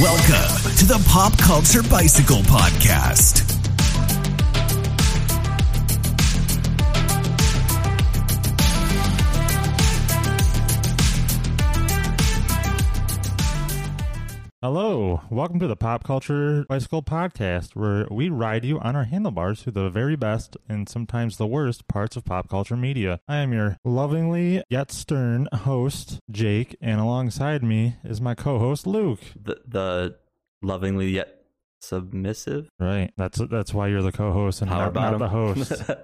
Welcome to the Pop Culture Bicycle Podcast. Hello, welcome to the Pop Culture Bicycle Podcast, where we ride you on our handlebars through the very best and sometimes the worst parts of pop culture media. I am your lovingly yet stern host, Jake, and alongside me is my co host, Luke. the the lovingly yet submissive Right, that's that's why you're the co host and power not, not bottom the host.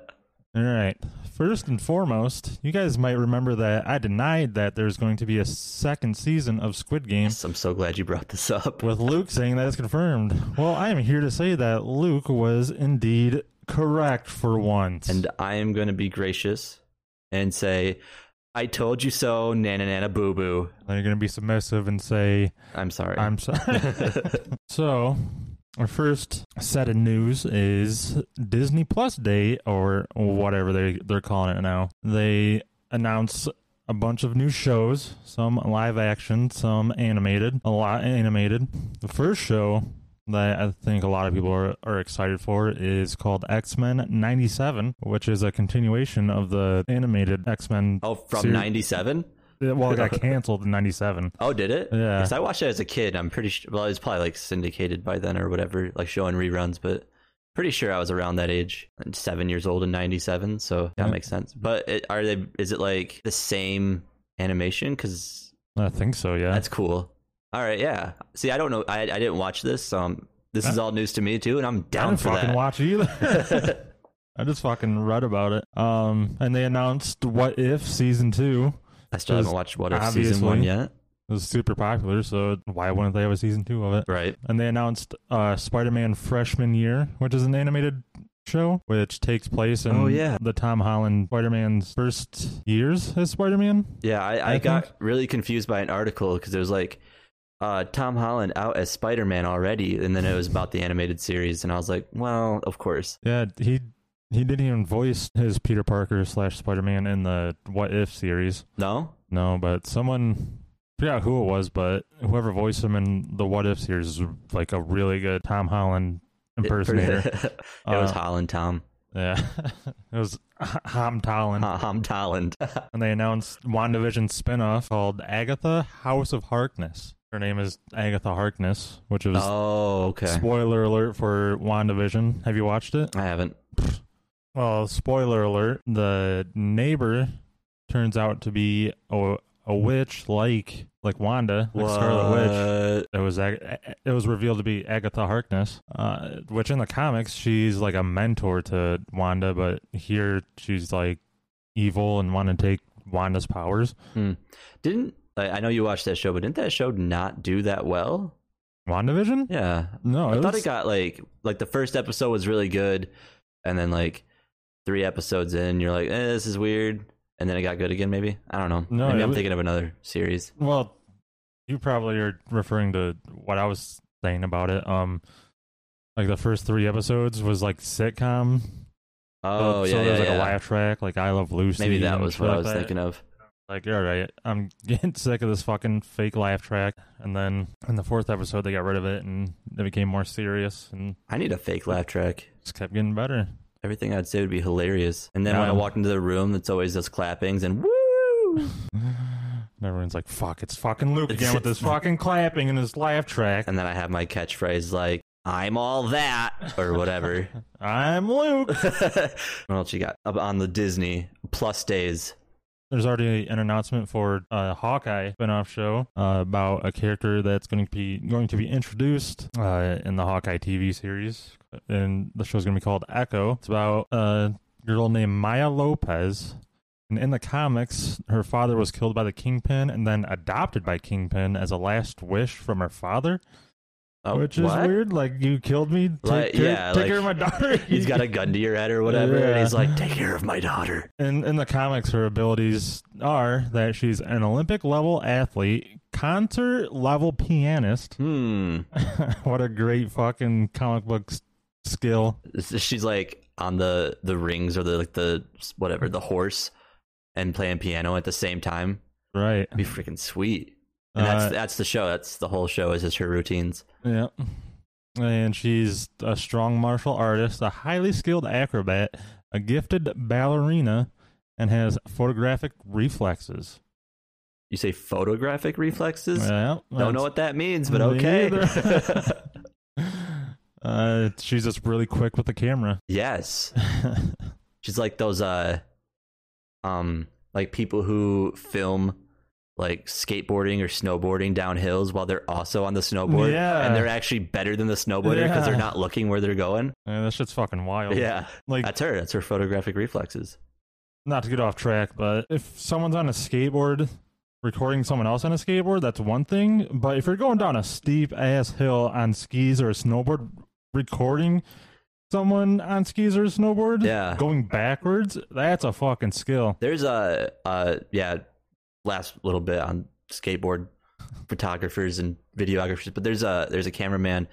All right. First and foremost, you guys might remember that I denied that there's going to be a second season of Squid Game. Yes, I'm so glad you brought this up. with Luke saying that it's confirmed. Well, I am here to say that Luke was indeed correct for once. And I am going to be gracious and say, "I told you so." Nana nana boo boo. then you're going to be submissive and say, I'm sorry. I'm sorry. so, our first set of news is Disney Plus Day, or whatever they, they're calling it now. They announce a bunch of new shows, some live action, some animated, a lot animated. The first show that I think a lot of people are, are excited for is called X Men 97, which is a continuation of the animated X Men. oh, from Ser- '97. Well, it got canceled in 97. Oh, did it? Yeah. Because I watched it as a kid. I'm pretty sure. Well, it was probably like syndicated by then or whatever, like showing reruns. But pretty sure I was around that age, like, seven years old in '97. So that Yeah. makes sense. But it, are they? Is it like the same animation? Because I think so, yeah. That's cool. All right, yeah. See, I don't know. I I didn't watch this. Um, this is all news to me too, and I'm Uh, I down didn't for fucking that. watch it either. I just fucking read about it. Um, and they announced What If season two I still haven't watched what if season Obviously. one yet. It was super popular, so why wouldn't they have a season two of it? Right. And they announced uh, Spider-Man Freshman Year, which is an animated show which takes place in Oh, yeah. the Tom Holland Spider-Man's first years as Spider-Man. Yeah, I, I, I got think- really confused by an article because it was like uh, Tom Holland out as Spider Man already, and then it was about the animated series, and I was like, well, of course. Yeah, he he didn't even voice his Peter Parker slash Spider-Man in the What If series. No. No, but someone I forgot who it was, but whoever voiced him in the What If series is like a really good Tom Holland It- for- impersonator. it was Uh, Holland Tom. yeah, it was Tom Holland. Ha- Hom Holland. and they announced WandaVision spin-off called Agatha House of Harkness. Her name is Agatha Harkness, which was oh, okay. spoiler alert for WandaVision. Have you watched it? I haven't. Well, spoiler alert, the neighbor turns out to be a, a witch like like Wanda, like Scarlet Witch. What? It was Ag- it was revealed to be Agatha Harkness, uh, which in the comics she's like a mentor to Wanda, but here she's like evil and want to take Wanda's powers. Hmm. Didn't I, I know you watched that show, but didn't that show not do that well? WandaVision? Yeah, No, I it thought was- it got like like the first episode was really good, and then like three episodes in, you're like, eh, this is weird, and then it got good again. Maybe I don't know. No, maybe it I'm was- thinking of another series. well, you probably are referring to what I was saying about it. Um, like the first three episodes was like sitcom. Oh so yeah, there was yeah, like yeah. a laugh track, like I Love Lucy. Maybe that and was shit what I like was that. thinking of. Like, all right, I'm getting sick of this fucking fake laugh track. And then in the fourth episode, they got rid of it and it became more serious and I need a fake laugh track. just kept getting better. Everything I'd say would be hilarious, and then when I Um, walk into the room, it's always those clappings and woo. And everyone's like, "Fuck, it's fucking Luke again with his fucking clapping and his laugh track." and then I have my catchphrase like "I'm all that" or whatever. I'm Luke. what else you got up on the Disney Plus days? There's already an announcement for a Hawkeye spinoff show uh, about a character that's going to be going to be introduced uh, in the Hawkeye TV series, and the show's going to be called Echo. It's about uh, a girl named Maya Lopez, and in the comics, her father was killed by the Kingpin and then adopted by Kingpin as a last wish from her father, Oh, which is what? weird. Like you killed me, take, Like, care, yeah, take like, care of my daughter. He's got a gun to your head or whatever, and he's Yeah. like, "Take care of my daughter." In in the comics, her abilities are that she's an Olympic level athlete, concert level pianist. Hmm. what a great fucking comic book s- skill! This- She's like on the the rings or the like the whatever the horse, and playing piano at the same time. Right? It'd be freaking sweet. And that's Uh, that's the show. That's the whole show is just her routines. Yeah. And she's a strong martial artist, a highly skilled acrobat, a gifted ballerina, and has photographic reflexes. You say photographic reflexes? Yeah, Don't know what that means, but Me okay. uh, she's just really quick with the camera. yes. She's like those uh um like people who film like skateboarding or snowboarding down hills while they're also on the snowboard Yeah. and they're actually better than the snowboarder Yeah. because they're not looking where they're going. Yeah, that shit's fucking wild. Yeah. Like, That's her. That's her photographic reflexes. not to get off track, but if someone's on a skateboard recording someone else on a skateboard, that's one thing. But if you're going down a steep ass hill on skis or a snowboard recording someone on skis or a snowboard, Yeah. going backwards, that's a fucking skill. There's a uh yeah, last little bit on skateboard photographers and videographers, but there's a there's a cameraman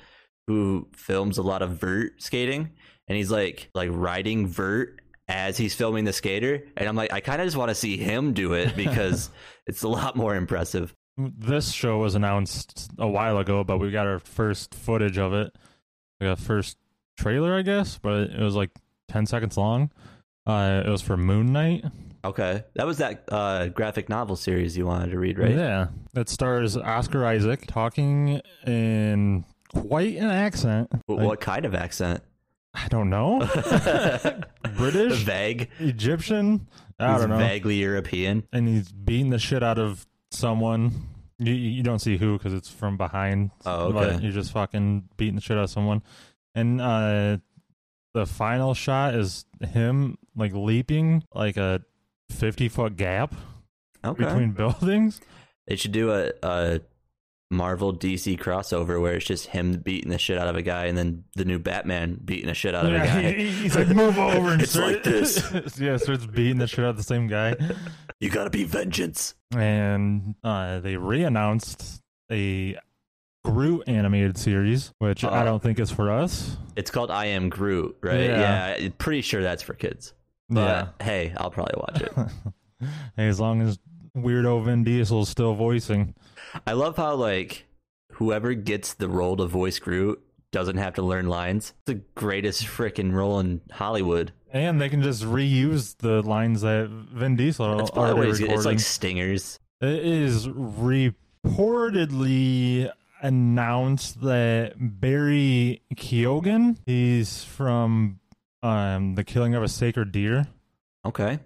who films a lot of vert skating and he's like like riding vert as he's filming the skater and I'm like I kind of just want to see him do it because it's a lot more impressive. This show was announced a while ago, but we got our first footage of it. We got first trailer, I guess, but it was like 10 seconds long. Uh, it was for Moon Knight. Okay. That was that uh graphic novel series you wanted to read, right? Yeah. That stars Oscar Isaac talking in quite an accent. Wh- Like, what kind of accent? I don't know. British? Vague. Egyptian? I He's don't know. Vaguely European. And he's beating the shit out of someone. You, you don't see who because it's from behind. Oh, But okay. you're just fucking beating the shit out of someone. And uh, the final shot is him like leaping like a 50 foot gap Okay. between buildings. They should do a, a Marvel DC crossover where it's just him beating the shit out of a guy and then the new Batman beating the shit out of Yeah, a guy. he- he- he's like, move over and It's start-" like this. yeah, starts beating the shit out of the same guy. You gotta be vengeance. And uh, they re-announced a Groot animated series, which I Uh, don't think is for us. It's called I Am Groot, right? Yeah. Yeah, I'm pretty sure that's for kids. But hey, I'll probably watch it. Yeah. Hey, as long as weirdo Vin Diesel's still voicing. I love how like whoever gets the role to voice Groot doesn't have to learn lines. The greatest freaking role in Hollywood. And they can just reuse the lines that Vin Diesel That's probably what already he's- recorded. it's like stingers. It is reportedly announced that Barry Keoghan, he's from um, The Killing of a Sacred Deer. Okay.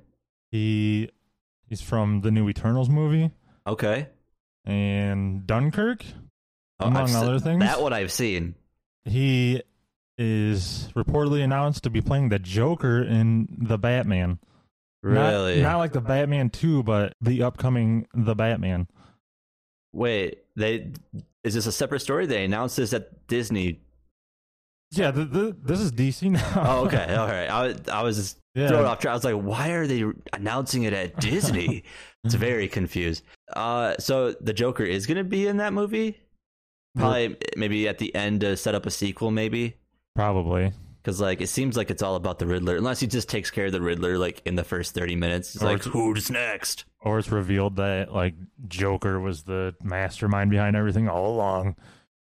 He he's from the new Eternals movie Okay. and Dunkirk, Oh, among I've se- other things. That one I've seen. He is reportedly announced to be playing the Joker in The Batman. Not- Really? Not, like The Batman 2, but the upcoming The Batman. Wait, they is this a separate story? They announced this at Disney. Yeah, th th this is DC now. Oh, okay, all right. I was- I was just Yeah. thrown off track. I was like, why are they announcing it at Disney? Mm-hmm. it's very confused. Uh, so the Joker is gonna be in that movie. Probably, maybe at the end to set up a sequel, maybe Probably. because like it seems like it's all about the Riddler, unless he just takes care of the Riddler like in the first thirty minutes. It's Or like it's- who's next? or it's revealed that like Joker was the mastermind behind everything all along,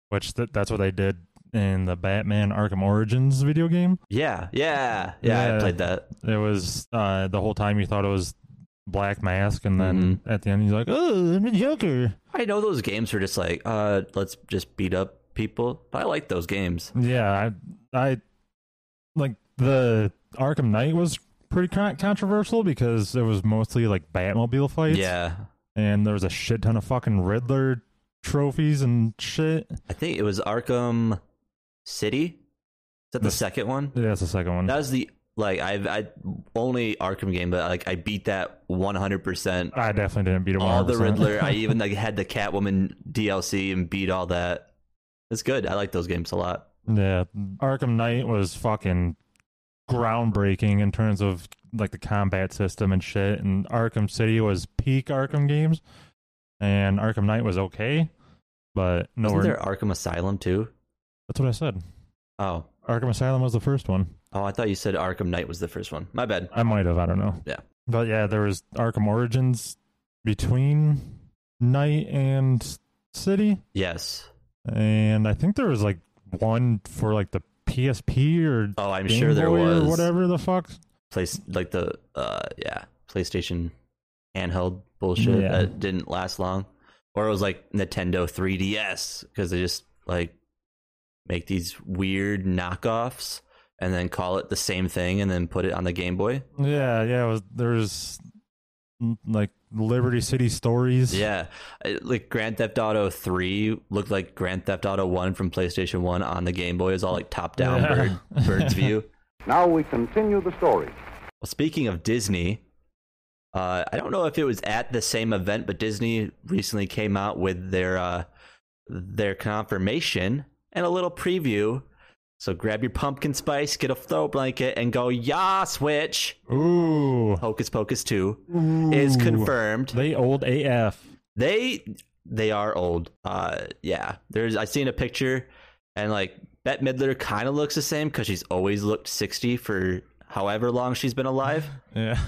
which th- that's what they did in the Batman Arkham Origins video game. Yeah, yeah, yeah. Yeah. I played that. It was uh, the whole time you thought it was Black Mask, and then at the end he's like, "Oh, I'm the Joker." I know those games were just like, uh, let's just beat up people. But I like those games. Yeah, I, I like the Arkham Knight was pretty con- controversial because it was mostly like Batmobile fights. Yeah, and there was a shit ton of fucking Riddler trophies and shit. I think it was Arkham City. Is that the Yes. second one? Yeah, that's the second one. That was the like I've I only Arkham game, but like I beat that one hundred percent. I definitely didn't beat him. All the 100%. Riddler. I even like had the Catwoman DLC and beat all that. It's good. I like those games a lot. yeah, Arkham Knight was fucking groundbreaking in terms of like the combat system and shit. And Arkham City was peak Arkham games, and Arkham Knight was okay, but Wasn't nowhere. there Arkham Asylum too? That's what I said. Oh, Arkham Asylum was the first one. oh, I thought you said Arkham Knight was the first one. My bad. I might have. I don't know. Yeah. but yeah, there was Arkham Origins between Night and City, Yes. and I think there was like one for like the PSP or Oh, I'm Game sure there Boy was or whatever the fuck. place like the uh yeah PlayStation handheld bullshit Yeah. that didn't last long, or it was like Nintendo 3DS because they just like make these weird knockoffs and then call it the same thing and then put it on the Game Boy. Yeah, yeah. It was, there was mm, like Liberty City Stories. Yeah, I- like Grand Theft Auto 3 looked like Grand Theft Auto 1 from PlayStation 1 on the Game Boy. It was all like top down Yeah. bird bird's view. Now we continue the story. Well, speaking of Disney, uh, I don't know if it was at the same event, but Disney recently came out with their uh, their confirmation and a little preview. So grab your pumpkin spice, get a throw blanket, and go. Yeah, Switch Ooh. Hocus Pocus Two is Ooh. confirmed. They old AF. They they are old. Uh, yeah. There's I seen a picture, and like Bette Midler kind of looks the same because she's always looked sixty for however long she's been alive. Yeah.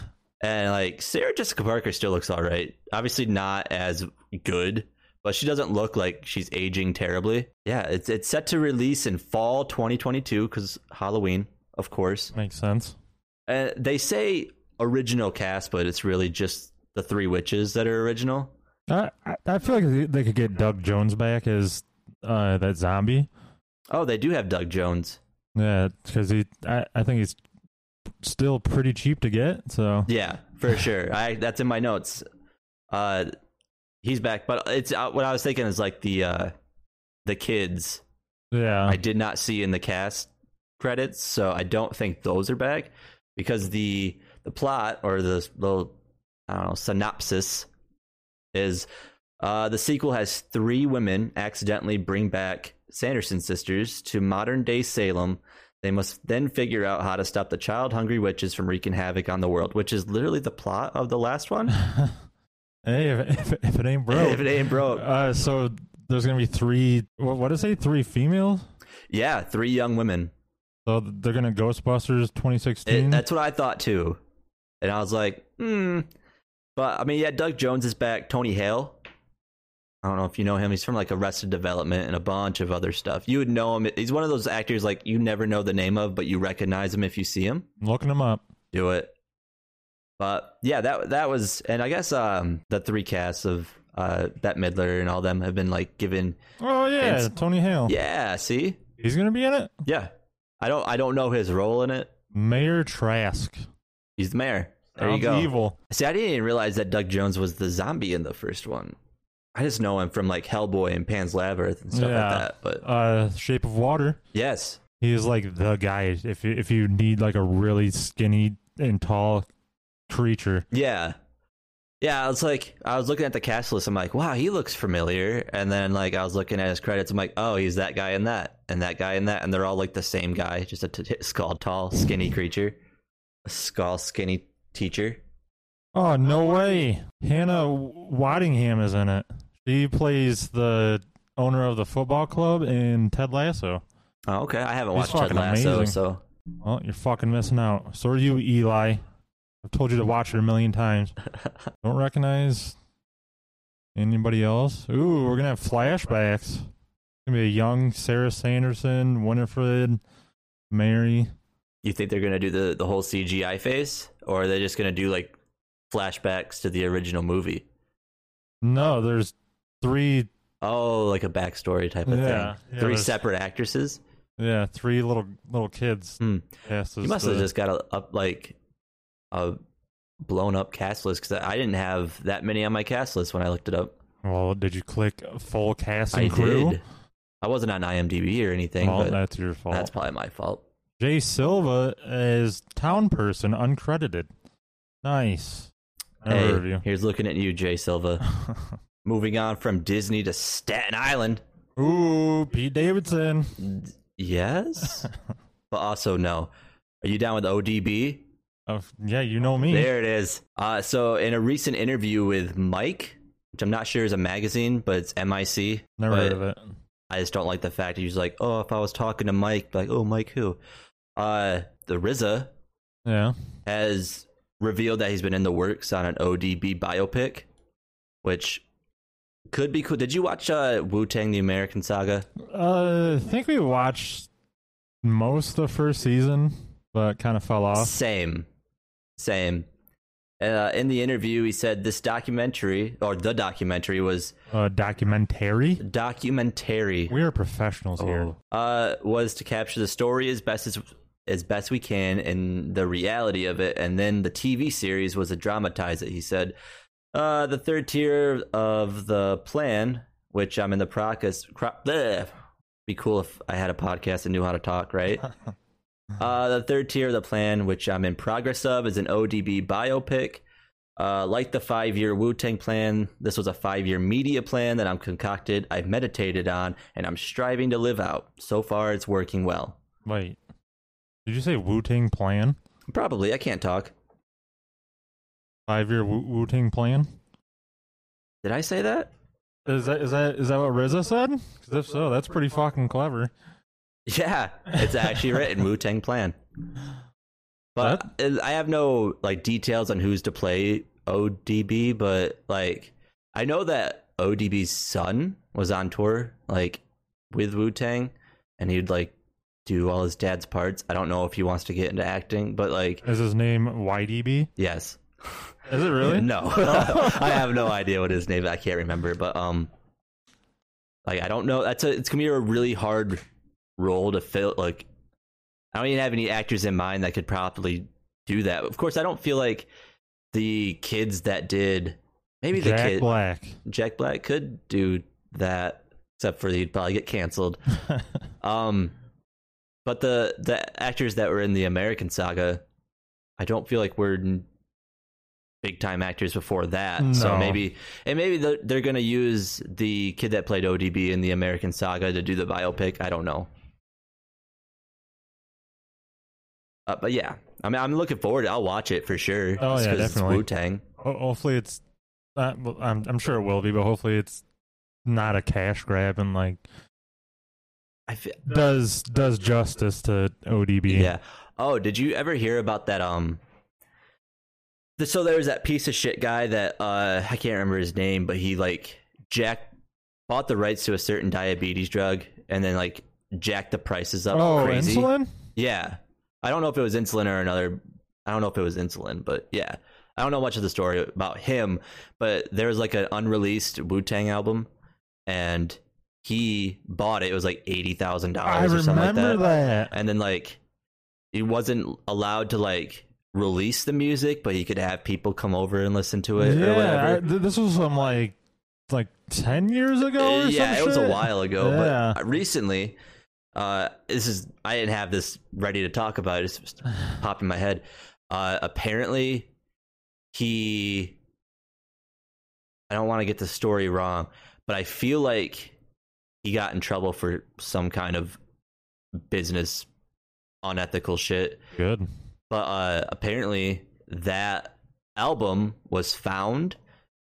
And like Sarah Jessica Parker still looks all right. Obviously not as good, but she doesn't look like she's aging terribly. Yeah, it's it's set to release in fall 2022 cuz Halloween, of course. Makes sense. Uh, they say original cast, but it's really just the three witches that are original. I, I- I feel like they- they could get Doug Jones back as uh, that zombie. Oh, they do have Doug Jones. Yeah, because he, I, I think he's still pretty cheap to get. So Yeah, for sure. I that's in my notes. Uh he's back, but it's uh, what I was thinking is like the uh the kids yeah, I did not see in the cast credits, so I don't think those are back because the the plot or the little I don't know synopsis is uh, the sequel has three women accidentally bring back Sanderson sisters to modern day Salem. They must then figure out how to stop the child hungry witches from wreaking havoc on the world, which is literally the plot of the last one. hey, if, if, if it ain't broke, if it ain't broke. Uh, so there's gonna be three. What, what did I say? Three females. yeah, three young women. So they're gonna Ghostbusters It, 2016. That's what I thought too, and I was like, hmm. But I mean, yeah, Doug Jones is back. Tony Hale. I don't know if you know him. He's from like Arrested Development and a bunch of other stuff. You would know him. He's one of those actors like you never know the name of, but you recognize him if you see him. I'm looking them up. Do it. But yeah, that that was, and I guess um the three casts of uh Bette Midler and all them have been like given. Oh yeah, Vince- Tony Hale. Yeah, see, He's gonna be in it. yeah. I don't I don't know his role in it. Mayor Trask. He's the mayor. There Sounds you go. Evil. See, I didn't even realize that Doug Jones was the zombie in the first one. I just know him from like Hellboy and Pan's Labyrinth and stuff Yeah. like that. But Uh, Shape of Water. yes, He is like the guy. If you, if you need like a really skinny and tall creature, yeah, yeah. I was like, I was looking at the cast list. I'm like, wow, he looks familiar. And then like I was looking at his credits. I'm like, oh, he's that guy and that and that guy and that, and they're all like the same guy, just a t- skull tall, skinny creature, a skull skinny teacher. Oh no way! Hannah Waddingham is in it. She plays the owner of the football club in Ted Lasso. Oh, okay, I haven't He's watched Ted fucking Lasso, amazing. so Well, you're fucking missing out. So are you, Eli. I've told you to watch it a million times. Don't recognize anybody else. Ooh, we're gonna have flashbacks. Gonna be a young Sarah Sanderson, Winifred, Mary. You think they're gonna do the, the whole CGI face, or are they just gonna do like flashbacks to the original movie? No, there's three. Oh, like a backstory type of Yeah, thing. yeah, Three there's- separate actresses. Yeah, three little little kids. Hmm. Yes, You must have just got a up like a blown up cast list because I didn't have that many on my cast list when I looked it up. Well, did you click full cast and I crew? did. I wasn't on IMDb or anything, Well, but that's your fault. that's probably my fault. Jay Silva is town person, uncredited. Nice. Another Hey, review. here's looking at you, Jay Silva. Moving on from Disney to Staten Island. Ooh, Pete Davidson. Yes, but also no. Are you down with ODB? Oh, yeah, you know me. There it is. Uh, so, in a recent interview with Mike, which I'm not sure is a magazine, but it's MIC. Never but heard of it. I just don't like the fact he was like, oh, if I was talking to Mike, like, oh, Mike who? Uh, the RZA Yeah. has revealed that he's been in the works on an ODB biopic, which could be cool. Did you watch uh, Wu Tang: The American Saga? Uh, I think we watched most of the first season, but kind of fell off. Same, same. Uh, in the interview, he said this documentary or the documentary was Uh, documentary. documentary. We are professionals here. Uh, was to capture the story as best as as best we can and the reality of it, and then the TV series was to dramatize it. He said, uh, the third tier of the plan, which I'm in the process. Cro- bleh. Be cool if I had a podcast and knew how to talk, right? Uh, the third tier of the plan, which I'm in progress of, is an ODB biopic. Uh, like the five year Wu Tang plan, this was a five year media plan that I'm concocted, I've meditated on, and I'm striving to live out. So far, it's working well. Wait, did you say Wu Tang Plan? Probably, I can't talk. Five year Wu Tang Plan? Did I say that? Is that is that is that what Riza said? 'Cause if so, that's pretty fucking clever. Yeah, it's actually written Wu Tang plan. But I have no like details on who's to play ODB, but like I know that ODB's son was on tour like with Wu Tang, and he'd like do all his dad's parts. I don't know if he wants to get into acting, but like Is his name YDB? yes, Is it really? no, I have no idea what his name. I can't remember, but um, like I don't know. That's a it's gonna be a really hard role to fill. Like I don't even have any actors in mind that could probably do that. Of course, I don't feel like the kids that did maybe the Jack kid Black. Jack Black could do that, except for he'd probably get canceled. Um, but the the actors that were in the American Saga, I don't feel like were big time actors before that. So No. maybe and maybe the, they're gonna use the kid that played ODB in the American Saga to do the biopic. I don't know. Uh, but yeah, I mean, I'm looking forward. I'll watch it for sure. Oh, yeah, definitely. Wu Tang. Ho- hopefully it's. Uh, well, I'm I'm sure it will be, but hopefully it's not a cash grab and like I feel, does does justice to ODB. Yeah. Oh, did you ever hear about that? Um. the- So there was that piece of shit guy that uh I can't remember his name, but he like Jack bought the rights to a certain diabetes drug and then like jacked the prices up Oh, crazy. insulin. Yeah. I don't know if it was insulin or another. I don't know if it was insulin, but yeah. I don't know much of the story about him, but there was like an unreleased Wu Tang album, and he bought it. It was like eighty thousand I dollars or Oh, something like remember that. and then like he wasn't allowed to like release the music, but he could have people come over and listen to it or Yeah, I, whatever. th- this was some like like ten years ago. Or Uh, yeah, some it was a shit? while ago, Yeah. but recently, uh, this is I didn't have this ready to talk about. It's just popped in my head. Uh, apparently, he. I don't want to get the story wrong, but I feel like he got in trouble for some kind of business unethical shit. Good. but uh, apparently that album was found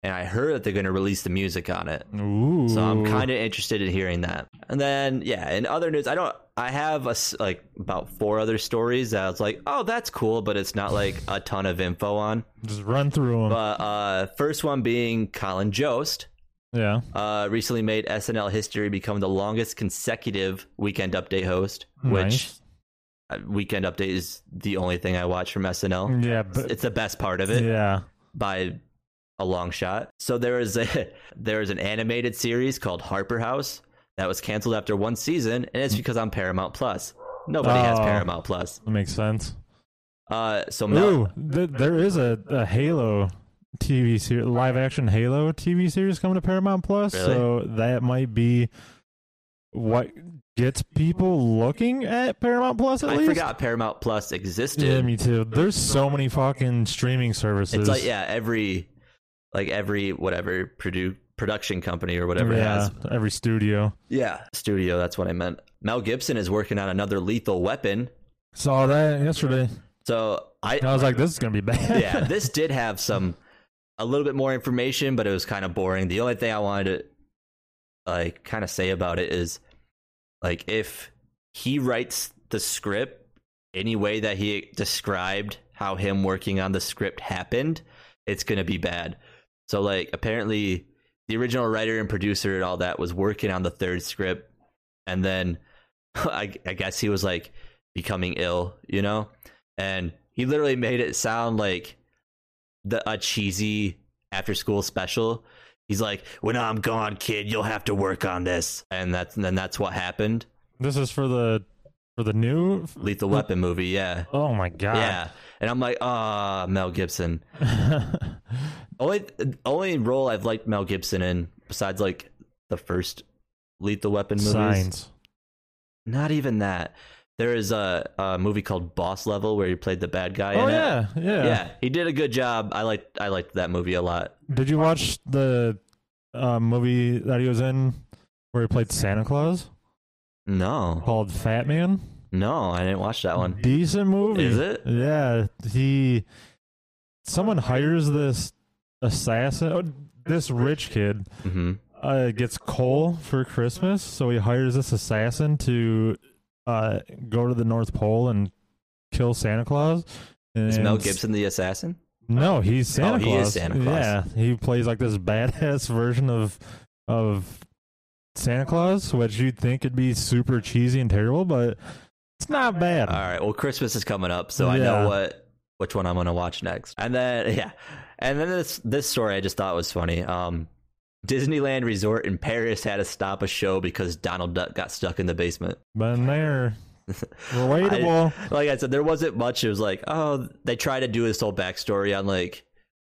and i heard that they're going to release the music on it Ooh. so i'm kind of interested in hearing that and then yeah in other news i don't i have a s like about four other stories that i was like oh that's cool but it's not like a ton of info on just run through them. but uh first one being colin jost yeah. uh, recently made SNL history become the longest consecutive Weekend Update host, which Nice. uh, Weekend Update is the only thing I watch from SNL. yeah, but It's the best part of it yeah. by a long shot. So there is a there is an animated series called Harper House that was canceled after one season, and it's because I'm Paramount Plus. Nobody has Hmm. Oh. Paramount Plus. That makes sense. Uh, so Mel, Ooh, th- there is a, a Halo TV series, live action Halo TV series coming to Paramount Plus. Really? So that might be what gets people looking at Paramount Plus at I least. forgot Paramount Plus Yeah, existed. me too. There's so many fucking streaming services. it's like yeah, every like every whatever produ- production company or whatever yeah, has every studio. yeah studio. That's what I meant. Mel Gibson is working on another Lethal Weapon. Saw that yesterday. So I And I was like, this is gonna be bad. yeah, this did have some a little bit more information, but it was kind of boring. The only thing I wanted to like kind of say about it is like if he writes the script any way that he described how him working on the script happened, it's going to be bad. So like apparently the original writer and producer and all that was working on the third script, and then I, I guess he was like becoming ill, you know, and he literally made it sound like the a cheesy after school special. He's like, "When I'm gone, kid, you'll have to work on this," and that's and then that's what happened. This is for the for the new. Lethal Weapon movie, yeah, Oh my Hmm. god! yeah, and I'm like, ah, Mel Gibson. Yeah. Only only role I've liked Mel Gibson in besides like the first Lethal Weapon movies. Signs. Not even that. There is a, a movie called Boss Level where he played the bad guy. Oh in it. yeah, yeah, yeah, He did a good job. I liked I liked that movie a lot. Did you watch the uh, movie that he was in where he played Santa Claus No, called Fat Man? no, I didn't watch that one. Decent movie. Is it? Yeah. He. Someone hires this assassin. oh, This rich kid hmm uh, gets coal for Christmas, so he hires this assassin to uh, go to the North Pole and kill Santa Claus. Is And Mm-hmm. Mel s- Gibson the assassin? No, he's Santa Oh, Claus. he is Santa Claus. Yeah, he plays like this badass version of of Santa Claus, which you'd think would be super cheesy and terrible, but it's not bad. All right. Well, Christmas is coming up, so I Yeah. know what which one I'm gonna watch next. And then yeah, and then this this story I just thought was funny. Um, Disneyland Resort in Paris had to stop a show because Donald Duck got stuck in the basement. But in there, relatable. Like I said, there wasn't much. It was like, oh, they tried to do this whole backstory on like,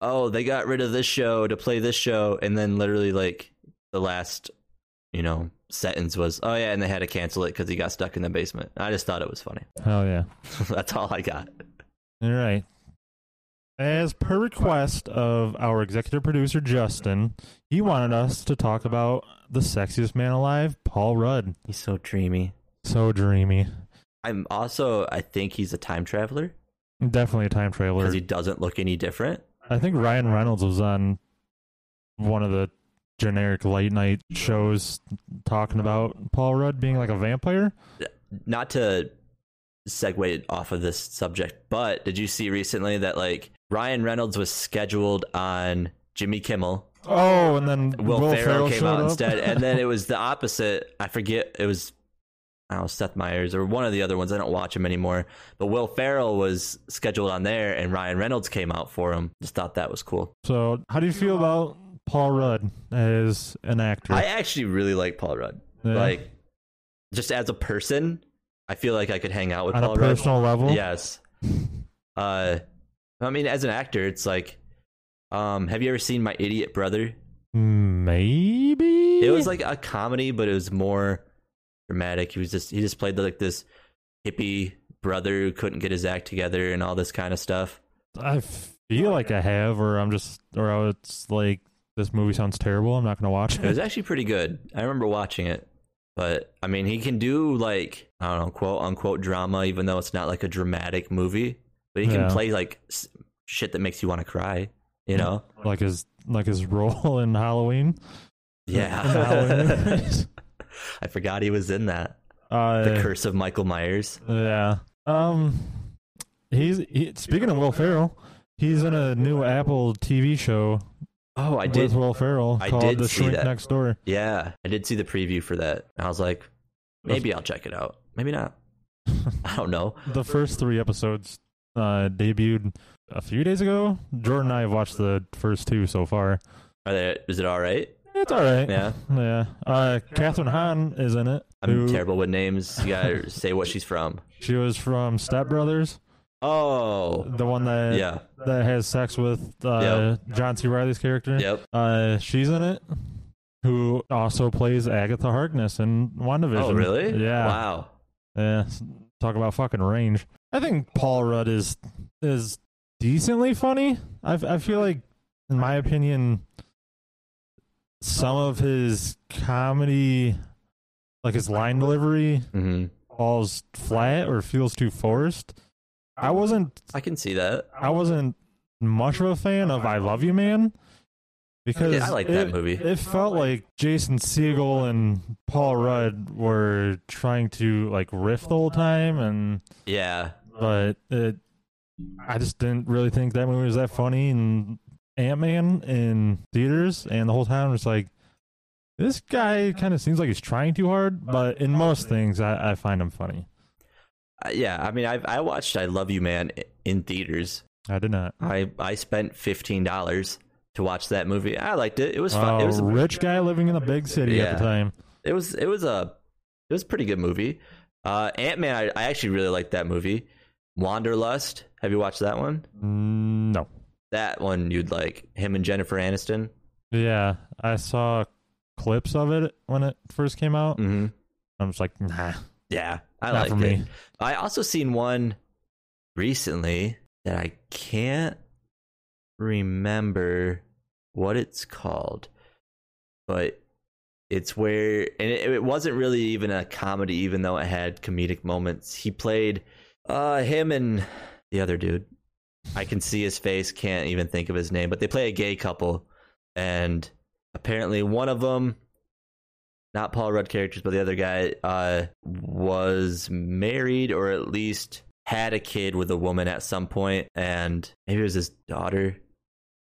oh, they got rid of this show to play this show, and then literally like the last, you know, sentence was, oh yeah, and they had to cancel it because he got stuck in the basement. I just thought it was funny. Hell yeah! That's all I got. All right. As per request of our executive producer Justin, he wanted us to talk about the sexiest man alive, Paul Rudd. He's so dreamy. So dreamy. I'm also, I think he's a time traveler Definitely a time traveler. because he doesn't look any different. I think Ryan Reynolds was on one of the generic late night shows talking about Paul Rudd being like a vampire. Not to segue off of this subject, but did you see recently that like Ryan Reynolds was scheduled on Jimmy Kimmel? Oh, and then Will, Will, Ferrell, came showed out up. instead, and then it was the opposite. I forget it was. I don't know, Seth Meyers or one of the other ones. I don't watch him anymore. But Will Ferrell was scheduled on there, and Ryan Reynolds came out for him. Just thought that was cool. so, how do you feel about Paul Rudd as an actor? I actually really like Paul Rudd. Yeah. Like, just as a person, I feel like I could hang out with on Paul a personal level? Rudd. Yes. Uh, I mean, as an actor, it's like, um, have you ever seen My Idiot Brother? Maybe. It was like a comedy, but it was more dramatic. He was just he just played like this hippie brother who couldn't get his act together and all this kind of stuff. I feel like I have, or I'm just, or it's like this movie sounds terrible. I'm not gonna watch It was it. actually pretty good. I remember watching it. But I mean, he can do like I don't know, quote unquote drama, even though it's not like a dramatic movie. But he can Yeah. play like s- shit that makes you want to cry. You know? Like his, like his role in Halloween. In the Halloween Yeah. movies. I forgot he was in that. uh, The Curse of Michael Myers. Yeah. Um, he's he, speaking of Will Ferrell. He's in a new Apple TV show Oh, I with did. Will Ferrell I called did The see Shrink that. Next Door. Yeah, I did see the preview for that. I was like, maybe I'll check it out. Maybe not. I don't know. The first three episodes uh, debuted a few days ago. Jordan and I have watched the first two so far. Are they, is it all right? It's all right. Yeah. Yeah. Uh, Catherine Hahn is in it. I'm who- terrible with names. You gotta say what she's from. She was from Step Brothers, Oh, the one that yeah. that has sex with uh, John C. Riley's character. Yep. Uh, she's in it. Who also plays Agatha Harkness in WandaVision? Oh, really? Yeah. Wow. Yeah. s- Talk about fucking range. I think Paul Rudd is is decently funny. I f- I feel like, in my opinion, some of his comedy, like his line delivery, hmm falls flat or feels too forced. I wasn't I can see that. I wasn't much of a fan of I Love You Man because Yeah, I like that it- movie. It felt like Jason Segel and Paul Rudd were trying to like riff the whole time, and Yeah. but it, I just didn't really think that movie was that funny, and Ant Man in theaters, and the whole time it's like, this guy kind of seems like he's trying too hard, but in most things, I, I find him funny. Uh, yeah, I mean, I I watched I Love You Man i- in theaters. I did not. I I spent fifteen dollars to watch that movie. I liked it. It was fun. Oh, it was a, rich guy living in a big city at the Yeah. time. it was it was a it was a pretty good movie. Uh, Ant Man, I, I actually really liked that movie. Wanderlust. Have you watched that one? Mm, No. That one you'd like him and Jennifer Aniston. Yeah, I saw clips of it when it first came out. hmm I'm just like, nah, Yeah, I Mm-hmm. not liked for it. me. I also seen one recently that I can't remember what it's called, but it's where and it, it wasn't really even a comedy, even though it had comedic moments. He played uh him and the other dude. I can see his face, can't even think of his name, but they play a gay couple, and apparently one of them not Paul Rudd characters, but the other guy uh, was married or at least had a kid with a woman at some point, and maybe it was his daughter.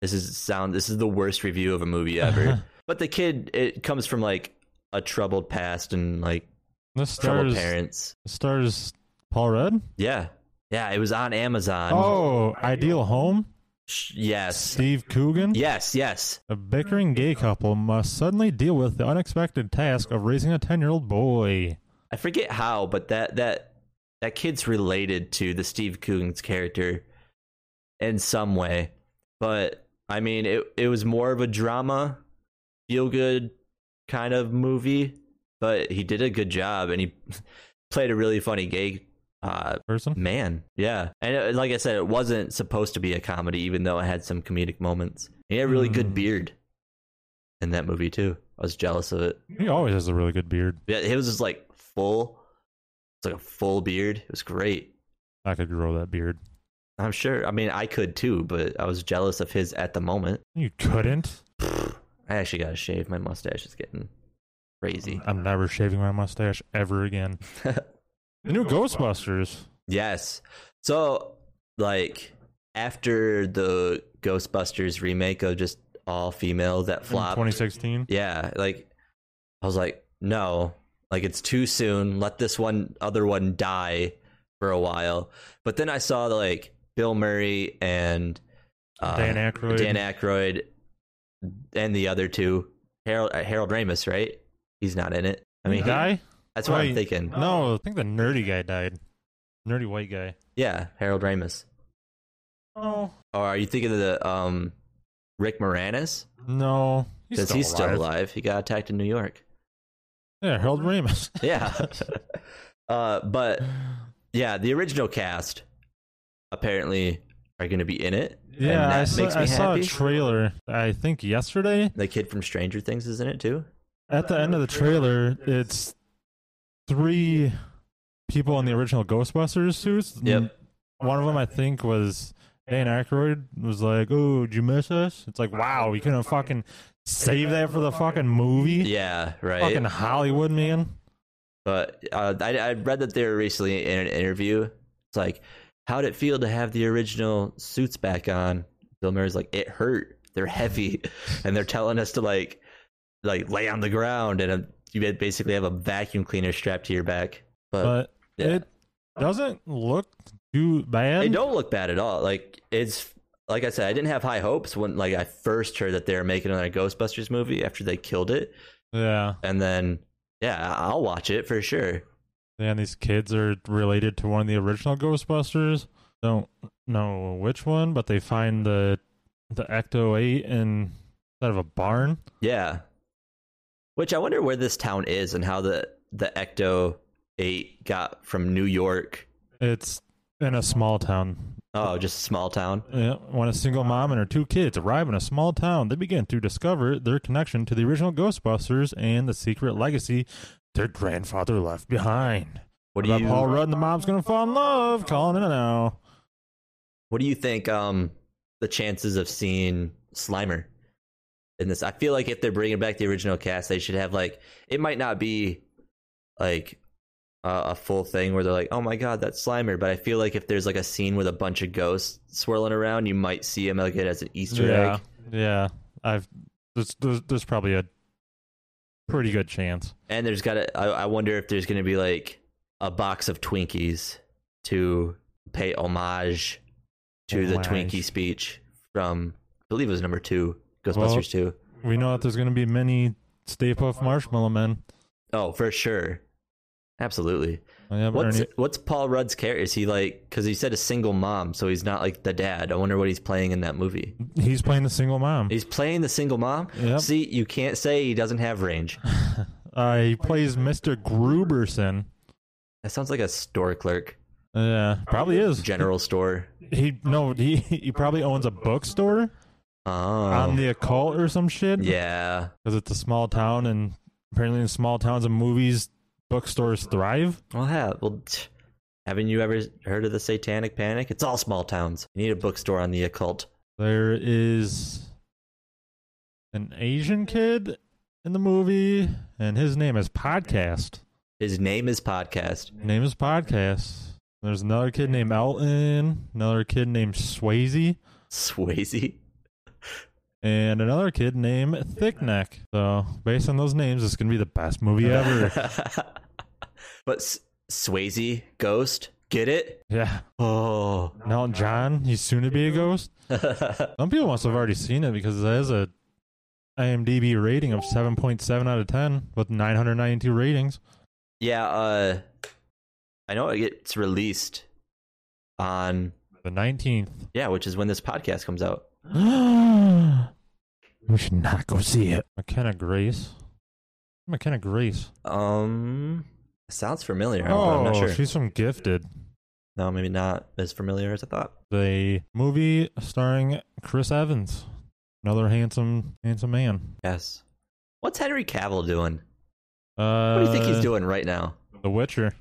This is sound. This is the worst review of a movie ever. but the kid, it comes from like a troubled past and like This troubled stars parents. stars Paul Rudd. Yeah, yeah. It was on Amazon. Oh, Ideal Home. Sh- yes, Steve Coogan. yes, yes. A bickering gay couple must suddenly deal with the unexpected task of raising a ten-year-old boy. I forget how, but that that that kid's related to the Steve Coogan's character in some way. But I mean, it it was more of a drama, feel good kind of movie. But he did a good job, and he played a really funny gay uh, Person. man. Yeah, and it, like I said, it wasn't supposed to be a comedy, even though it had some comedic moments. He had a really good Hmm. beard in that movie too. I was jealous of it. He always has a really good beard. Yeah, it was just like full. It's like a full beard. It was great. I could grow that beard. I'm sure. I mean, I could too, but I was jealous of his at the moment. You couldn't. I actually got to shave. My mustache is getting crazy. I'm never shaving my mustache ever again. The new Ghostbusters. yes. So, like, after the Ghostbusters remake of just all female that in flopped, 2016. yeah, like, I was like, no, like, it's too soon. Let this one other one die for a while. But then I saw, like, Bill Murray and uh, Dan Aykroyd. Dan Aykroyd and the other two. Harold uh, Harold Ramis, right? He's not in it. I mean, he- guy? that's what I'm Wait, thinking. No, I think the nerdy guy died. Nerdy white guy. Yeah, Harold Ramis. Oh Or are you thinking of the um Rick Moranis? no, he's Because still, he's still alive. alive. He got attacked in New York. Yeah, Harold Ramis. Yeah. uh, but yeah, the original cast apparently are going to be in it. Yeah, and that I, saw, makes me I saw a happy. trailer. I think yesterday. the kid from Stranger Things is in it too. At the end of the trailer, it's three people in the original Ghostbusters suits. Yep. One of them, I think, was Dan Aykroyd. Was like, "Oh, did you miss us?" It's like, "Wow, we couldn't fucking save that for the fucking movie." Yeah, right. Fucking Hollywood, man. But uh, I, I read that they were recently in an interview. It's like, how'd it feel to have the original suits back on? Bill Murray's like, it hurt. They're heavy, and they're telling us to like, like lay on the ground, and uh you basically have a vacuum cleaner strapped to your back. But, But yeah. it doesn't look too bad. they don't look bad at all. Like it's like I said, I didn't have high hopes when like I first heard that they were making another Ghostbusters movie after they killed it, Yeah. and then yeah, I- I'll watch it for sure. And these kids are related to one of the original Ghostbusters. Don't know which one, but they find the the Ecto Eight in inside of a barn. Yeah. Which I wonder where this town is and how the the Ecto 8 got from New York. It's in a small town. Oh, just a small town. Yeah, when a single mom and her two kids arrive in a small town, they begin to discover their connection to the original Ghostbusters and the secret legacy their grandfather left behind. What do About you Paul Rudd and the mom's gonna fall in love. Calling it now. What do you think um the chances of seeing Slimer in this? I feel like if they're bringing back the original cast, they should have like it might not be like uh, a full thing where they're like, "Oh my god, that's Slimer," but I feel like if there's like a scene with a bunch of ghosts swirling around, you might see him like it as an Easter Yeah. egg. Yeah, I've there's there's, there's probably a pretty good chance. And there's got to, I, I wonder if there's going to be like a box of Twinkies to pay homage to the Homage. Twinkie speech from, I believe it was number two, Ghostbusters Well- 2. We know that there's going to be many Stay Puft Marshmallow Men. Oh, for sure. Absolutely. I have What's Ernie- what's Paul Rudd's character? Is he like, because he said a single mom, so he's not like the dad. I wonder what he's playing in that movie. he's playing the single mom. He's playing the single mom? Yep. See, you can't say he doesn't have range. Uh, he plays Mr. Gruberson. That sounds like a store clerk, Yeah, probably is. general store. He no, he he probably owns a bookstore Oh. on the occult or some shit. yeah. because it's a small town, and apparently in small towns and movies, bookstores thrive. Well, yeah. Well, t- haven't you ever heard of the Satanic Panic? It's all small towns. You need a bookstore on the occult. There is an Asian kid in the movie, and his name is Podcast. His name is Podcast. Name is Podcast. There's another kid named Elton, another kid named Swayze, Swayze. and another kid named Thickneck. So, based on those names, it's gonna be the best movie ever. but S- Swayze, Ghost, get it? yeah. Oh. Now John, he's soon to be a ghost. Some people must have already seen it because it has a IMDb rating of 7.7 out of 10 with 992 ratings. yeah, uh, I know it gets released on, The 19th. yeah, which is when this podcast comes out. we should not go see it. McKenna Grace. McKenna Grace. Um, sounds familiar. I'm- I'm not sure. Oh, she's from Gifted. No, maybe not as familiar as I thought. The movie starring Chris Evans, another handsome, handsome man. Yes. What's Henry Cavill doing? Uh, What do you think he's doing right now? The Witcher.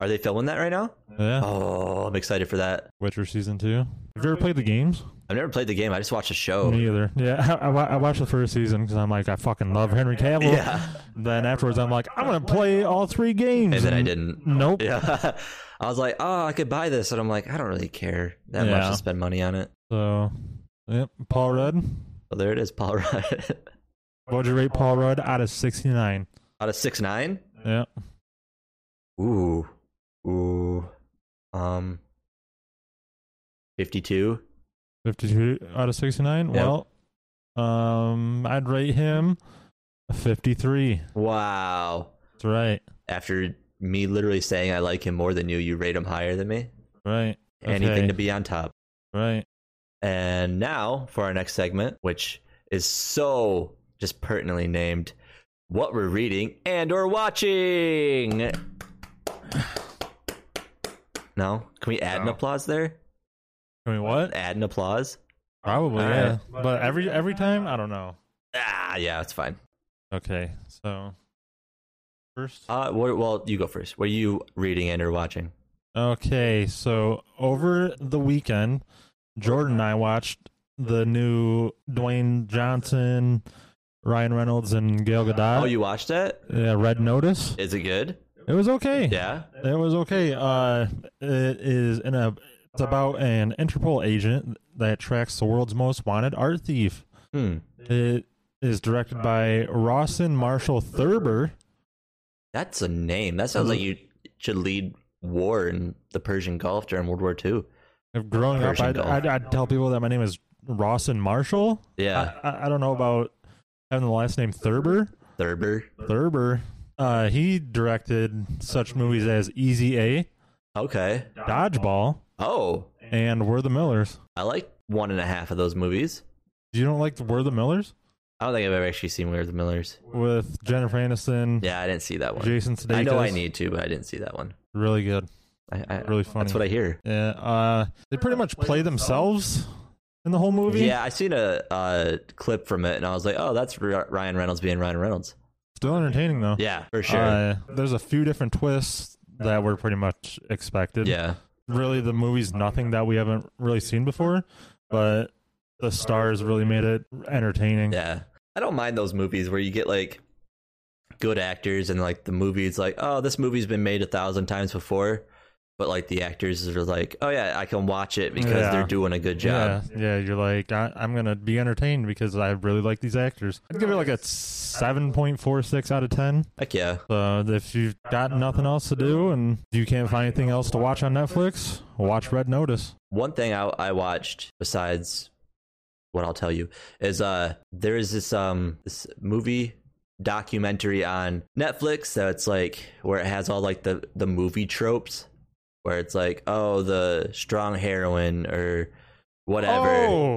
Are they filming that right now? Yeah, Oh, I'm excited for that. Witcher season two. Have you ever played the games? I've never played the game. I just watched the show. Me either. Yeah, I, I, wa- I watched the first season because I'm like, I fucking love Henry Cavill. Yeah. Then afterwards, I'm like, I'm gonna play all three games. And then I didn't. Nope. Yeah. I was like, oh, I could buy this. And I'm like, I don't really care that much Yeah. to spend money on it. So, yep. Paul Rudd. So there it is, Paul Rudd. What'd you rate Paul Rudd out of 69? Out of six nine? Yeah. Ooh. Ooh. Um fifty two. 52 out of 69? Yep. Well, um, I'd rate him a 53. Wow. That's right. After me literally saying I like him more than you, you rate him higher than me. Right. Anything Okay. to be on top. Right. And now for our next segment, which is so just pertinently named what we're reading and or watching. No? Can we add an applause there? I mean, what? Add an applause? Probably, All yeah. But every every time, I don't know. Ah, yeah, it's fine. Okay. So, first. Uh, what, well, you go first. What are you reading and or watching? Okay. So, over the weekend, Jordan and I watched the new Dwayne Johnson, Ryan Reynolds, and Gail Gadot. oh, you watched it? Yeah, Red Notice. Is it good? It was okay. Yeah. It was okay. Uh, it is in a. It's about an Interpol agent that tracks the world's most wanted art thief. Hmm. It is directed by Rawson Marshall Thurber. That's a name. That sounds like you should lead war in the Persian Gulf during World War II. If growing up, Persian I'd, Gulf. I'd, I'd tell people that my name is Rawson Marshall. Yeah. I, I, I don't know about having the last name Thurber. Thurber. Thurber. Uh, he directed such movies as Easy A, Okay. Dodgeball, Oh, and We're the Millers. I like one and a half of those movies. You don't like We're the Millers I don't think I've ever actually seen We're the Millers. with Jennifer Aniston? Yeah, I didn't see that one. Jason Sudeikis. I know I need to, but I didn't see that one. Really good. I, I, Really funny. That's what I hear. Yeah. Uh, they pretty much play themselves in the whole movie. Yeah, I seen a uh, clip from it, and I was like, "Oh, that's R- Ryan Reynolds being Ryan Reynolds." Still entertaining though. Yeah, for sure. Uh, there's a few different twists that were pretty much expected. yeah, Really, the movie's nothing that we haven't really seen before, but the stars really made it entertaining. yeah. I don't mind those movies where you get like good actors, and like the movie's like, "Oh, this movie's been made a thousand times before," but like the actors are like, oh yeah, I can watch it because Yeah. they're doing a good job. Yeah, yeah, you're like I, I'm gonna be entertained because I really like these actors. I'd give it like a seven point four six out of ten. Heck yeah, So Uh, if you've got nothing else to do and you can't find anything else to watch on Netflix, watch Red Notice. one thing I, I watched besides what I'll tell you is uh there is this um this movie documentary on Netflix that's like where it has all like the the movie tropes where it's like oh the strong heroine or whatever Oh,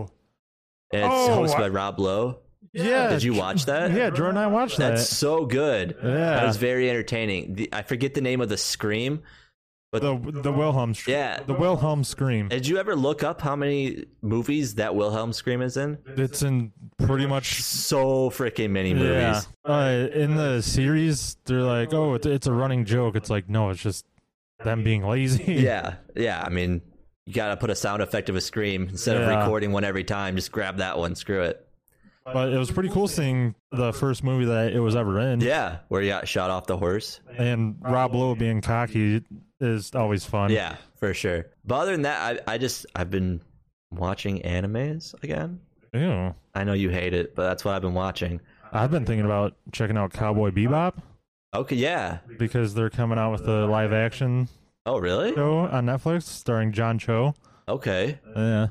and it's Oh, hosted I- by Rob Lowe. yeah. Did you watch that? Yeah, Drew and I watched That's that. so good. Yeah. That was very entertaining. The, I forget the name of the scream. The the Wilhelm scream. Yeah. The Wilhelm scream. Did you ever look up how many movies that Wilhelm Scream is in? It's in pretty much So freaking many movies. Yeah. Uh, in the series, they're like, oh, it's, it's a running joke. It's like, no, it's just them being lazy. yeah. Yeah, I mean, you got to put a sound effect of a scream instead of Yeah. recording one every time. Just grab that one. Screw it. But it was pretty cool seeing the first movie that it was ever in. Yeah, where you got shot off the horse. And Rob Lowe being cocky is always fun. Yeah, for sure. But other than that, I, I just, I've been watching animes again. Ew. I know you hate it, but that's what I've been watching. I've been thinking about checking out Cowboy Bebop Okay, yeah. because they're coming out with the live action Oh, really? show on Netflix starring John Cho. Okay. Yeah.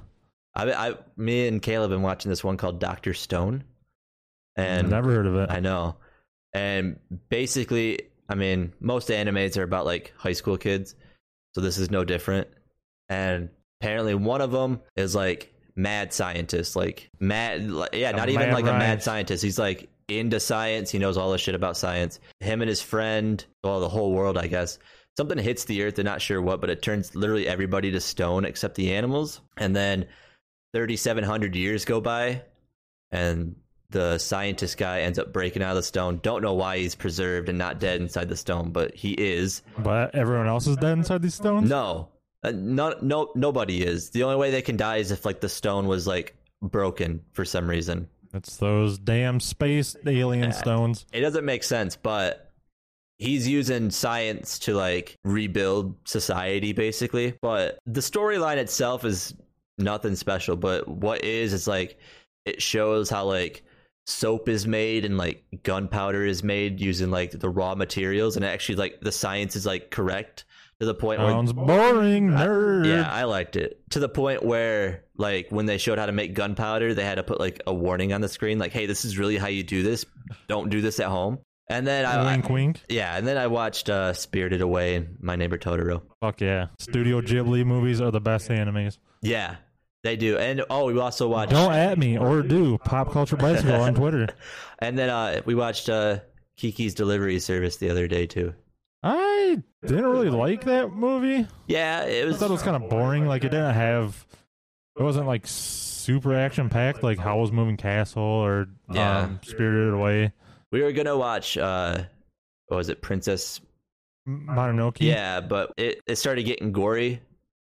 I, I, me and Caleb have been watching this one called Doctor Stone, and Never heard of it. I know, and basically, I mean, most animes are about like high school kids, so this is no different. And apparently, one of them is like mad scientist, like mad, like, yeah, A not even mad like a mad scientist. scientist. He's like into science. He knows all this shit about science. Him and his friend, well, the whole world, I guess. Something hits the earth. They're not sure what, but it turns literally everybody to stone except the animals. And then 3,700 years go by, and the scientist guy ends up breaking out of the stone. Don't know why he's preserved and not dead inside the stone, but he is. but everyone else is dead inside these stones? No, Uh, no, no, nobody is. The only way they can die is if like the stone was like broken for some reason. It's those damn space alien stones. It doesn't make sense, but he's using science to like rebuild society basically. But the storyline itself is nothing special, but what is is like it shows how like soap is made and like gunpowder is made using like the raw materials and actually like the science is like correct to the point where Sounds boring, nerd. yeah, I liked it to the point where, like, when they showed how to make gunpowder, they had to put like a warning on the screen, like, "Hey, this is really how you do this. Don't do this at home." And then I, wink, wink. yeah, and then I watched uh, Spirited Away and My Neighbor Totoro. Fuck yeah. Studio Ghibli movies are the best animes. Yeah, they do. And oh, we also watched, Don't at me or do Pop Culture Bicycle on Twitter. and then uh, we watched uh, Kiki's Delivery Service the other day too. I didn't really like that movie. Yeah, it I was. thought it was kind of boring. Like, it didn't have. It wasn't like super action packed like Howl's Moving Castle or Yeah. um, Spirited Away. We were gonna watch. Uh, what was it Princess Mononoke. Yeah, but it, it started getting gory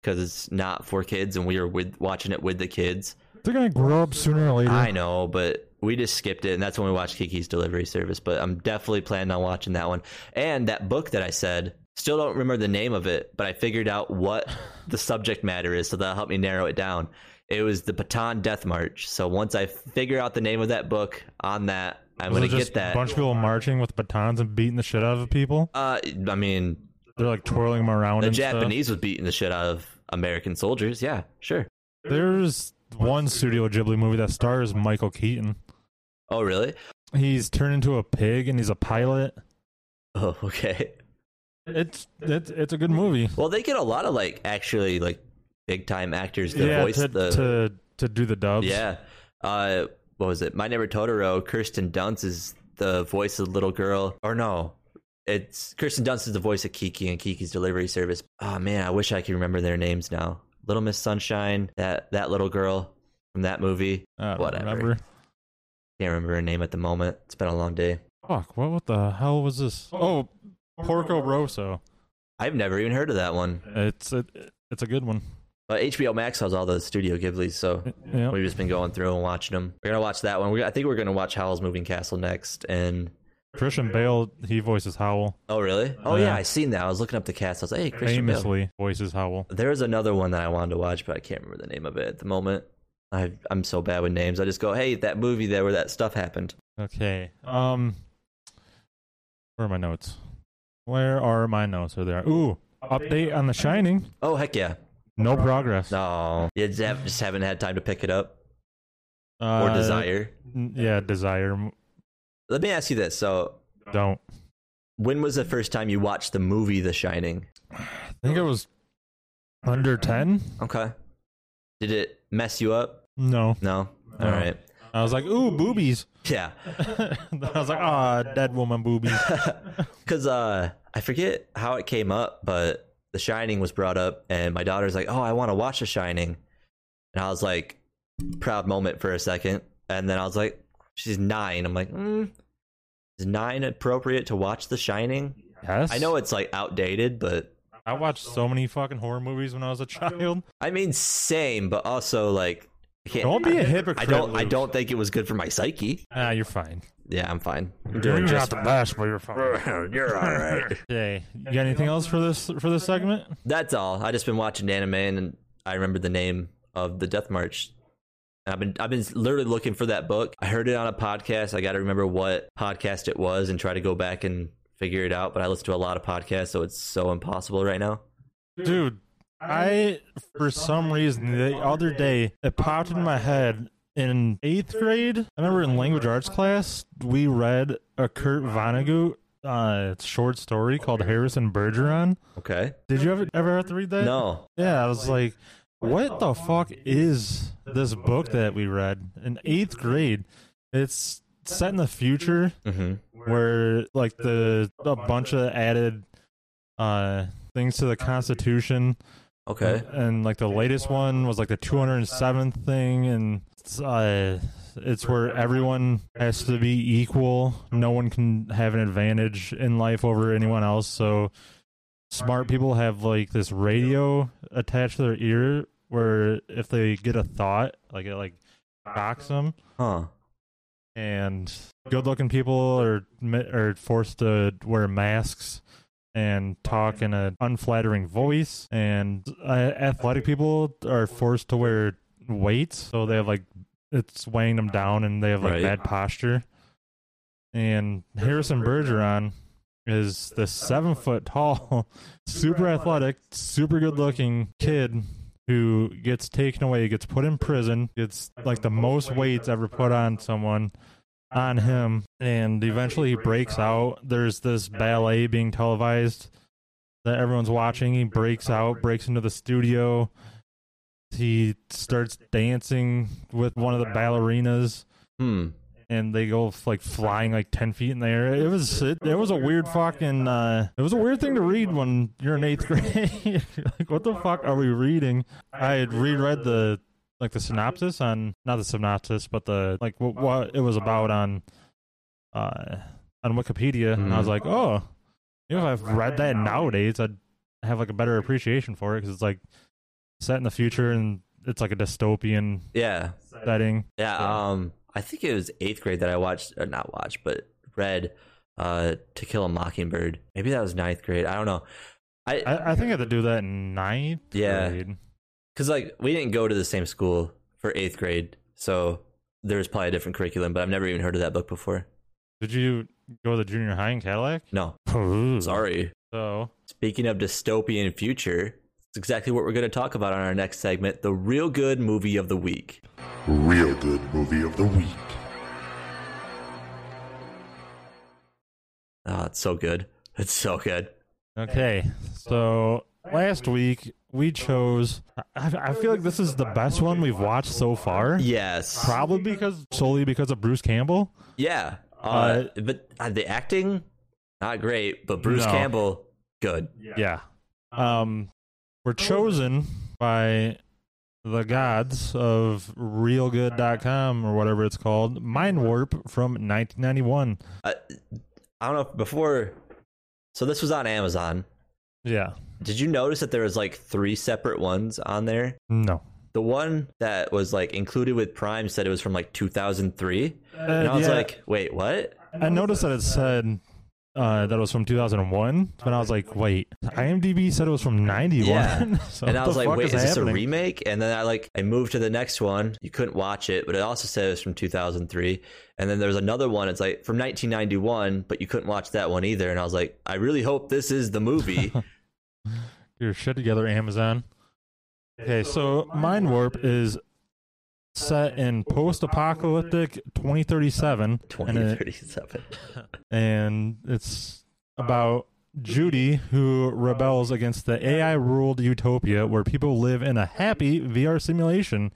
because it's not for kids, and we were with, watching it with the kids. They're going to grow up sooner or later. I know, but we just skipped it, and that's when we watched Kiki's Delivery Service. But I'm definitely planning on watching that one. And that book that I said, still don't remember the name of it, but I figured out what the subject matter is, so that'll help me narrow it down. It was the Baton Death March. So once I figure out the name of that book on that, I'm Was going it to just get that. a bunch of people marching with batons and beating the shit out of people. uh, I mean, They're like twirling them around. the and stuff. Japanese was beating the shit out of American soldiers. Yeah, sure. There's one Studio Ghibli movie that stars Michael Keaton. Oh, really? He's turned into a pig and he's a pilot. Oh, okay. It's it's, it's a good movie. Well, they get a lot of like actually like big time actors to yeah, voice to, the to to do the dubs. yeah. Uh, what was it? My Neighbor Totoro. Kirsten Dunst is the voice of the little girl. Or no, it's Kirsten Dunst is the voice of Kiki and Kiki's Delivery Service. Oh man, I wish I could remember their names now. Little Miss Sunshine, that that little girl from that movie. I don't Whatever. Remember. Can't remember her name at the moment. It's been a long day. Fuck! What what the hell was this? Oh, Porco Rosso. I've never even heard of that one. It's a it's a good one. But HBO Max has all the Studio Ghibli's, so Yeah. We've just been going through and watching them. We're gonna watch that one. We, I think we're gonna watch Howl's Moving Castle next, and Christian Bale, he voices Howl. Oh, really? Oh, yeah. Yeah. I seen that. I was looking up the cast. I was like, hey, Christian Bale. Famously voices Howl. There was another one that I wanted to watch, but I can't remember the name of it at the moment. I, I'm so bad with names. I just go, hey, that movie there where that stuff happened. Okay. Um, where are my notes? Where are my notes? Are there? Ooh, update on The Shining. Oh, heck yeah. No progress. No. You just have- just haven't had time to pick it up or Uh, desire. n- Yeah, desire. m- Let me ask you this. So, Don't. when was the first time you watched the movie The Shining? I think it was under ten. Okay. Did it mess you up? No, No. No. All right. I was like, ooh, boobies. Yeah. I was like, ah, dead woman boobies. Because uh, I forget how it came up, but The Shining was brought up, and my daughter's like, "Oh, I want to watch The Shining," and I was like, proud moment for a second, and then I was like, "She's nine. I'm like, mm, is nine appropriate to watch The Shining? Yes, I know it's like outdated, but I watched so many fucking horror movies when I was a child. I mean, same, but also like, I can't, Don't be a I- hypocrite. I don't. I Luke. don't think it was good for my psyche. Ah, you're fine. Yeah, I'm fine. I'm doing you're just. not the best, but you're fine. You're all right. Okay, you got anything else for this for this segment? That's all. I just been watching anime and I remember the name of the Death March. And I've been I've been literally looking for that book. I heard it on a podcast. I got to remember what podcast it was and try to go back and figure it out. But I listen to a lot of podcasts, so it's so impossible right now. Dude, I for some reason the other day it popped in my head in eighth grade. I remember in language arts class we read a Kurt Vonnegut uh, short story called Harrison Bergeron. Okay. Did you ever ever have to read that? No. Yeah, I was like, what the fuck is this book that we read in eighth grade? It's set in the future hmm where like the a bunch of added uh things to the constitution Okay. and, like the latest one was like the 207th thing and it's, uh it's where everyone has to be equal no one can have an advantage in life over anyone else so smart people have like this radio attached to their ear where if they get a thought like it like shocks them Huh. and good-looking people are mi- are forced to wear masks and talk in an unflattering voice, and uh, athletic people are forced to wear weights, so they have like it's weighing them down, and they have like Right. bad posture. And Harrison Bergeron is this seven foot tall, super athletic, super good looking kid who gets taken away, gets put in prison, gets like the most weights ever put on someone on him, and eventually he breaks out. There's this ballet being televised that everyone's watching. He breaks out, breaks into the studio. He starts dancing with one of the ballerinas Hmm. and they go f- like flying like 10 feet in the air it was it, it was a weird fucking uh it was a weird thing to read when you're in eighth grade You're like what the fuck are we reading i had reread the like the synopsis on not the synopsis but the like what, what it was about on uh on wikipedia and i was Mhm. like oh you know if i've read that nowadays i'd have like a better appreciation for it because it's like set in the future and it's like a dystopian Yeah. setting Yeah, um, I think it was eighth grade that I watched, or not watched, but read uh, To Kill a Mockingbird. Maybe that was ninth grade. I don't know. I I, I think I had to do that in ninth Yeah. grade. because like we didn't go to the same school for eighth grade, so there was probably a different curriculum. But I've never even heard of that book before. Did you go to the junior high in Cadillac? No, Sorry. sorry. So Speaking of dystopian future, it's exactly what we're going to talk about on our next segment: the real good movie of the week. Real good movie of the week. Oh, it's so good. It's so good. okay, so last week we chose. I, I feel like this is the best one we've watched so far. Yes. Probably because solely because of Bruce Campbell. Yeah. Uh, Uh, but uh, the acting, not great, but Bruce No. Campbell, good. Yeah. Um, we're chosen by the gods of realgood.com or whatever it's called, Mind Warp from 1991. I, Uh, I don't know if before. So this was on Amazon. Yeah. Did you notice that there was like three separate ones on there? No. the one that was like included with Prime said it was from like 2003, and I was yeah. like, wait, what? I noticed that it said uh, that it was from 2001, but I was like, wait, IMDb said it was from 91. Yeah. so and I what was the like, fuck wait, is, this happening? a remake? And then I like I moved to the next one. You couldn't watch it, but it also said it was from 2003. And then there was another one. It's like from 1991, but you couldn't watch that one either. And I was like, I really hope this is the movie. Get your shit together, Amazon. Okay, so Mind Warp is set in post-apocalyptic 2037, and, it, 2037. and it's about Judy who rebels against the AI-ruled utopia where people live in a happy VR simulation.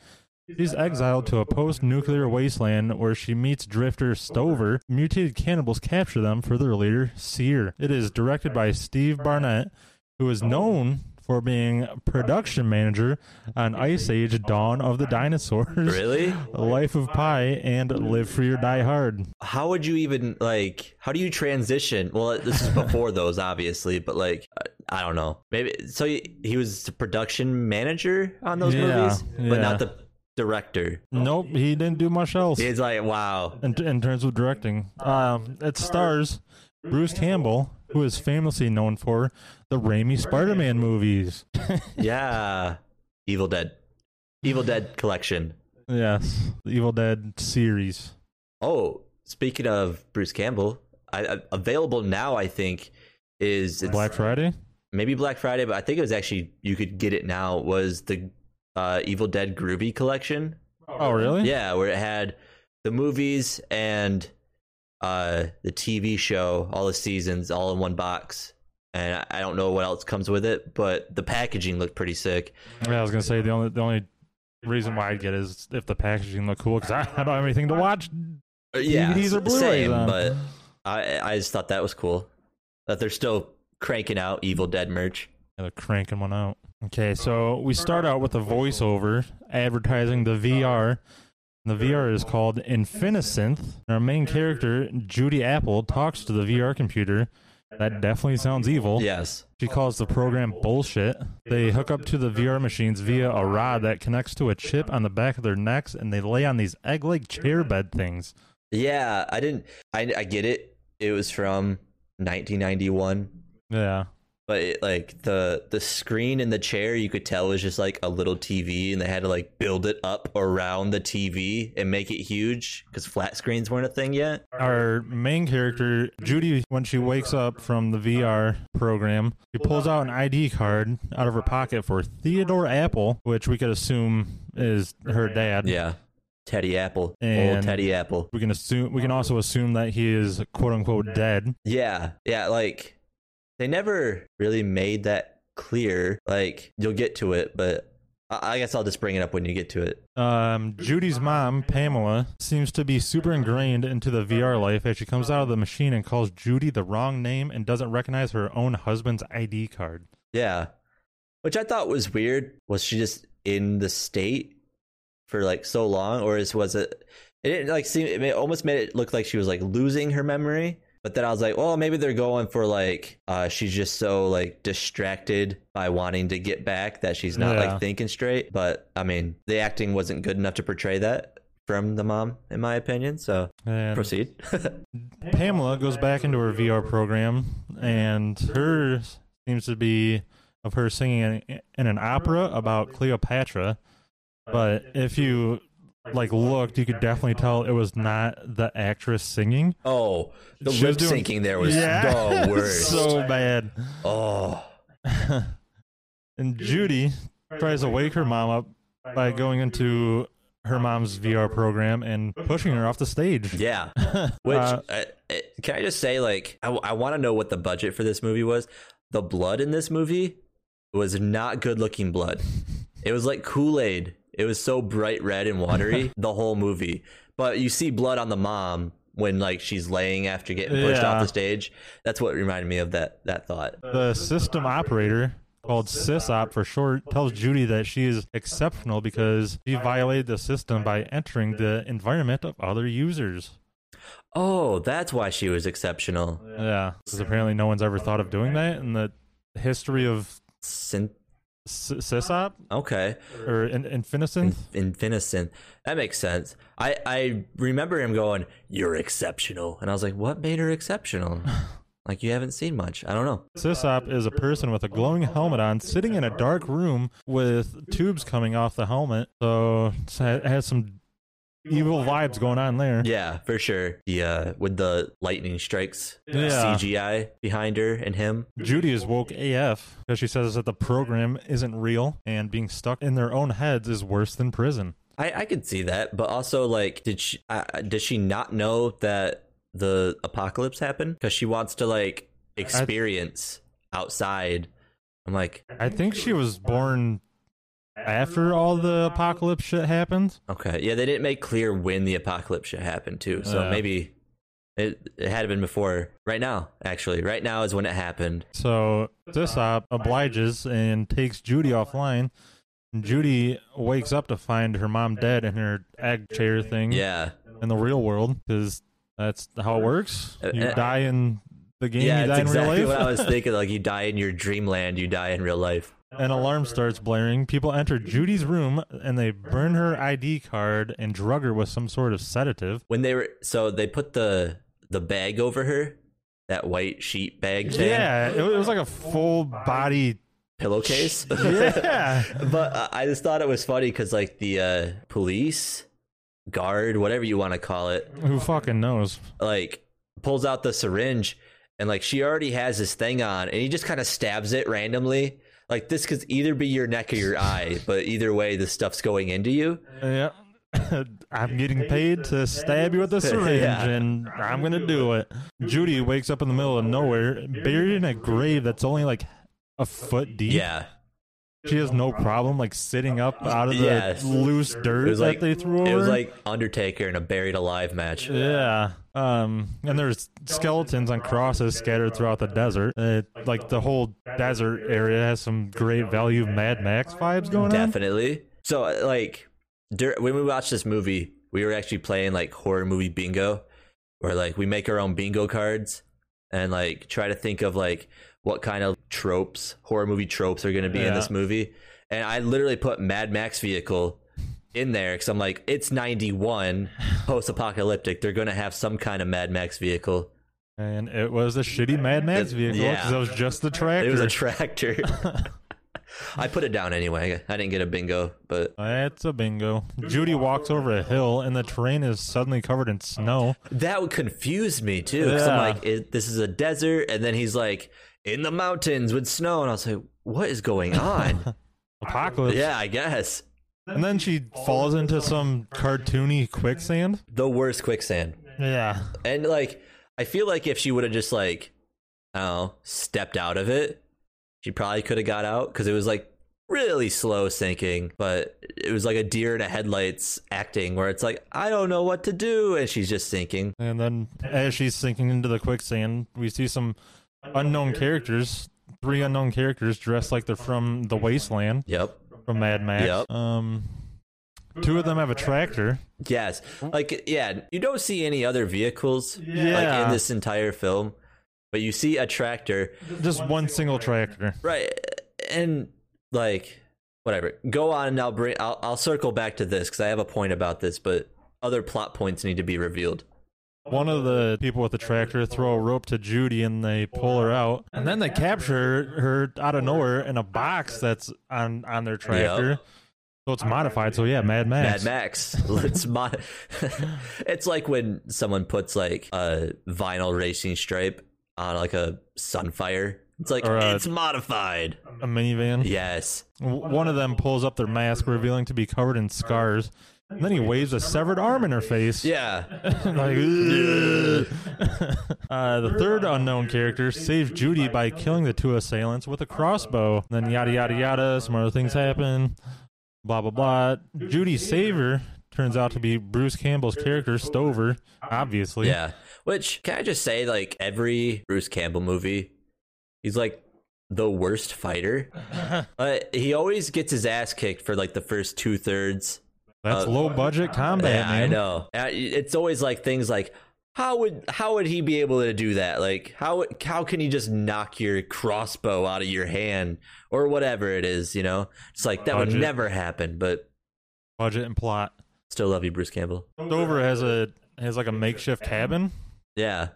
She's exiled to a post-nuclear wasteland where she meets drifter Stover. Mutated cannibals capture them for their leader, Seer. It is directed by Steve Barnett, who is known for being production manager on Ice Age: Dawn of the Dinosaurs, really? Life of Pi, and Live Free or Die Hard. How would you even like? How do you transition? Well, this is before those, obviously, but like, I I don't know. Maybe so. He, he was the production manager on those Yeah, movies, but yeah. not the director. Nope, he didn't do much else. He's like, wow, in, in terms of directing. Um, it stars Bruce Campbell, who is famously known for the Raimi Spider-Man movies. yeah, Evil Dead, Evil Dead collection. yes, the Evil Dead series. Oh, speaking of Bruce Campbell, I, I, available now. I think is it's Black Friday. maybe Black Friday, but I think it was actually you could get it now. Was the uh, Evil Dead Groovy collection? Oh, really? Yeah, where it had the movies and uh the TV show, all the seasons, all in one box. And I- I don't know what else comes with it, but the packaging looked pretty sick. Yeah, I was gonna say the only the only reason why I'd get it is if the packaging looked cool because I, I don't have anything to watch. Uh, Yeah, DVDs or Blu-rays same, on. but I I just thought that was cool that they're still cranking out Evil Dead merch. Yeah, they're cranking one out. Okay, so we start out with a voiceover advertising the VR. The VR is called Infinisynth. And Our main character, Judy Apple, talks to the VR computer. That definitely sounds evil. Yes, She calls the program bullshit. They hook up to the VR machines via a rod that connects to a chip on the back of their necks, and they lay on these egg like chair bed things. yeah, I didn't. I I get it. It was from 1991, Yeah. but it, like the the screen and the chair you could tell was just like a little tv and they had to like build it up around the tv and make it huge because flat screens weren't a thing yet our main character Judy when she wakes up from the VR program she pulls out an ID card out of her pocket for Theodore Apple which we could assume is her dad yeah teddy apple And- old teddy apple we can assume we can also assume that he is quote unquote dead yeah yeah like they never really made that clear like you'll get to it but i, I guess i'll just bring it up when you get to it um, Judy's mom Pamela seems to be super ingrained into the VR life as she comes out of the machine and calls Judy the wrong name and doesn't recognize her own husband's ID card yeah which i thought was weird was she just in the state for like so long, or is was it? It didn't like seem. It ma- almost made it look like she was like losing her memory. But then I was like, well, maybe they're going for like uh, she's just so like distracted by wanting to get back that she's not Yeah. like thinking straight. But I mean, the acting wasn't good enough to portray that from the mom, in my opinion. So and proceed. Pamela goes back into her VR program, and hers seems to be of her singing in, in an opera about Cleopatra. But if you like looked, you could definitely tell it was not the actress singing. oh, the She was lip doing- syncing there was Yeah. the worst. so bad. oh, And Judy tries to wake her mom up by going into her mom's VR program and pushing her off the stage. Yeah. Which Uh, uh, uh, can I just say, like, I, want to know what the budget for this movie was. The blood in this movie was not good looking blood. It was like Kool Aid. It was so bright red and watery the whole movie. But you see blood on the mom when like she's laying after getting pushed Yeah. off the stage. That's what reminded me of that that thought. The system operator, called SysOp for short, tells Judy that she is exceptional because she violated the system by entering the environment of other users. Oh, that's why she was exceptional. Yeah, because apparently no one's ever thought of doing that in the history of Synth- S- Sysop Okay. or in- Infinisynth? in Finnison. That makes sense. I, I remember him going, You're exceptional. And I was like, What made her exceptional? like, you haven't seen much. I don't know. Sysop is a person with a glowing helmet on sitting in a dark room with tubes coming off the helmet. So it's- it has some evil vibes going on there. Yeah, for sure. The, uh, with the lightning strikes Yeah. CGI behind her and him. Judy is woke AF because she says that the program isn't real and being stuck in their own heads is worse than prison. I, I could see that, but also like, did she uh, did she not know that the apocalypse happened? Because she wants to like experience outside. I'm like, I think she was born after all the apocalypse shit happened. okay, yeah, they didn't make clear when the apocalypse should happen too, so Yeah. maybe it it had been before. Right now, actually, right now is when it happened. So Sysop obliges and takes Judy offline. And Judy wakes up to find her mom dead in her egg chair thing Yeah, in the real world because that's how it works. Uh, You uh, die in the game, yeah, you die it's exactly in real what I life. was thinking. Like, you die in your dreamland, you die in real life. An alarm starts blaring. People enter Judy's room and they burn her ID card and drug her with some sort of sedative. when they were so they put the the bag over her that white sheet bag thing Yeah, it was, it was like a full body. pillowcase Yeah. but I- i just thought it was funny because like the uh police guard whatever you want to call it Who fucking knows? like pulls out the syringe and like she already has this thing on and he just kind of stabs it randomly like this could either be your neck or your eye but either way the stuff's going into you Yeah. I'm getting paid to stab you with a syringe, Yeah. and I'm gonna do it. Judy wakes up in the middle of nowhere, buried in a grave that's only like a foot deep. yeah she has no problem like sitting up out of the Yeah. loose dirt it was that like they threw over. it was like undertaker in a buried alive match Yeah. Um, and there's skeletons on crosses scattered throughout the desert. Uh, like the whole desert area has some great value Mad Max vibes going on. Definitely. So uh, like dur- when we watched this movie, we were actually playing like horror movie bingo, where like we make our own bingo cards and like try to think of like what kind of tropes horror movie tropes are going to be in Yeah. this movie. And I literally put Mad Max vehicle in there because I'm like, it's 91 post apocalyptic. They're going to have some kind of Mad Max vehicle. And it was a shitty Mad Max It- vehicle yeah. because it was just the tractor. It was a tractor. I put it down anyway. I didn't get a bingo, but That's a bingo. Judy walks over a hill and the terrain is suddenly covered in snow. That would confuse me too. 'cause I'm Yeah. like, it, this is a desert, and then he's like in the mountains with snow, and I was like, what is going on? Apocalypse. yeah, I guess And then she falls into some cartoony quicksand. the worst quicksand. Yeah. And like, I feel like if she would have just like, I don't know, stepped out of it, she probably could have got out because it was like really slow sinking. But it was like a deer in a headlights acting, where it's like, I don't know what to do, and she's just sinking. And then as she's sinking into the quicksand, we see some unknown characters, three unknown characters dressed like they're from the wasteland Yep. from Mad Max. Yep. Um two of them have a tractor. Yes. Like yeah, you don't see any other vehicles like Yeah. in this entire film, but you see a tractor. Just one single tractor. Right. And like whatever. Go on and I'll bring I'll, I'll circle back to this cuz I have a point about this, but other plot points need to be revealed. One of the people with the tractor throw a rope to Judy and they pull her out. And then they capture her out of nowhere in a box that's on on their tractor. So it's modified. So yeah, Mad Max. Mad Max. Let's mod- It's like when someone puts like a vinyl racing stripe on like a sunfire. It's like Or a- it's modified. A minivan. Yes. W- One of them pulls up their mask, revealing to be covered in scars. And then he waves a severed arm in her face. Yeah. Like, "Ugh." uh, the third unknown character saves Judy by killing the two assailants with a crossbow. Then yada yada yada. Some other things happen. Blah blah blah. Judy's saver turns out to be Bruce Campbell's character Stover, obviously. Yeah. Which can I just say, like every Bruce Campbell movie, he's like the worst fighter. but he always gets his ass kicked for like the first two thirds. That's Uh, low budget combat. Yeah, I man. know. Uh, It's always like things like how would how would he be able to do that? Like how how can he just knock your crossbow out of your hand or whatever it is? You know, it's like that would Budget. never happen. But Budget and plot. still love you, Bruce Campbell. Dover has a has like a makeshift cabin. Yeah,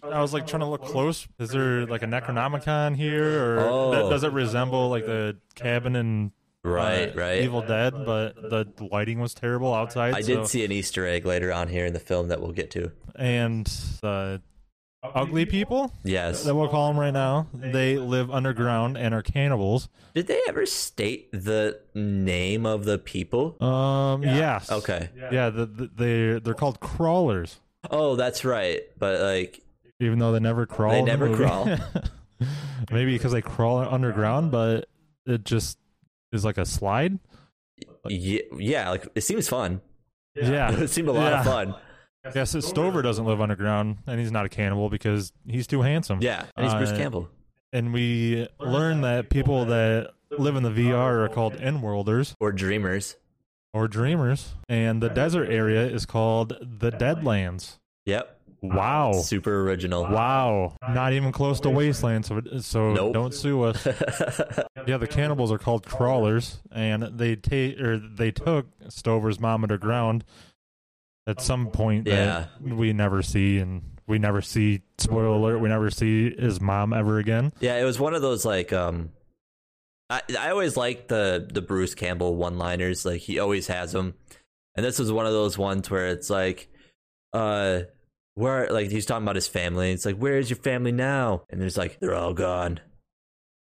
I was like trying to look close. Is there like a Necronomicon here, or Oh. that, does it resemble like the cabin in uh, right, right. Evil Dead? But the lighting was terrible outside. I so- did see an Easter egg later on here in the film that we'll get to. and the ugly people Yes. that we'll call them right now. They live underground and are cannibals. Did they ever state the name of the people? Um, yes. Okay. Yeah, the, the, they they're called crawlers, Oh, that's right. But like, even though they never crawl. They in the never movie. crawl. Maybe because they crawl underground, but it just is like a slide. yeah, yeah like it seems fun. Yeah. it seemed a lot of Yeah. fun. Yes, it's Stover doesn't live underground, and he's not a cannibal because he's too handsome. Yeah, and he's Bruce Uh, Campbell. And we learn that people that live in the VR are called N-worlders or dreamers. or dreamers, and the desert area is called the Deadlands. Yep. Wow. Super original. Wow. Not even close to wasteland, so, so Nope. don't sue us. yeah, the cannibals are called crawlers, and they take or they took Stover's mom underground at some point that we never see, and we never see. Spoiler alert: we never see his mom ever again. yeah, it was one of those like um I I always liked the the Bruce Campbell one-liners, like he always has them. And this was one of those ones where it's like uh where like he's talking about his family. It's like, "Where is your family now?" And there's like, "They're all gone."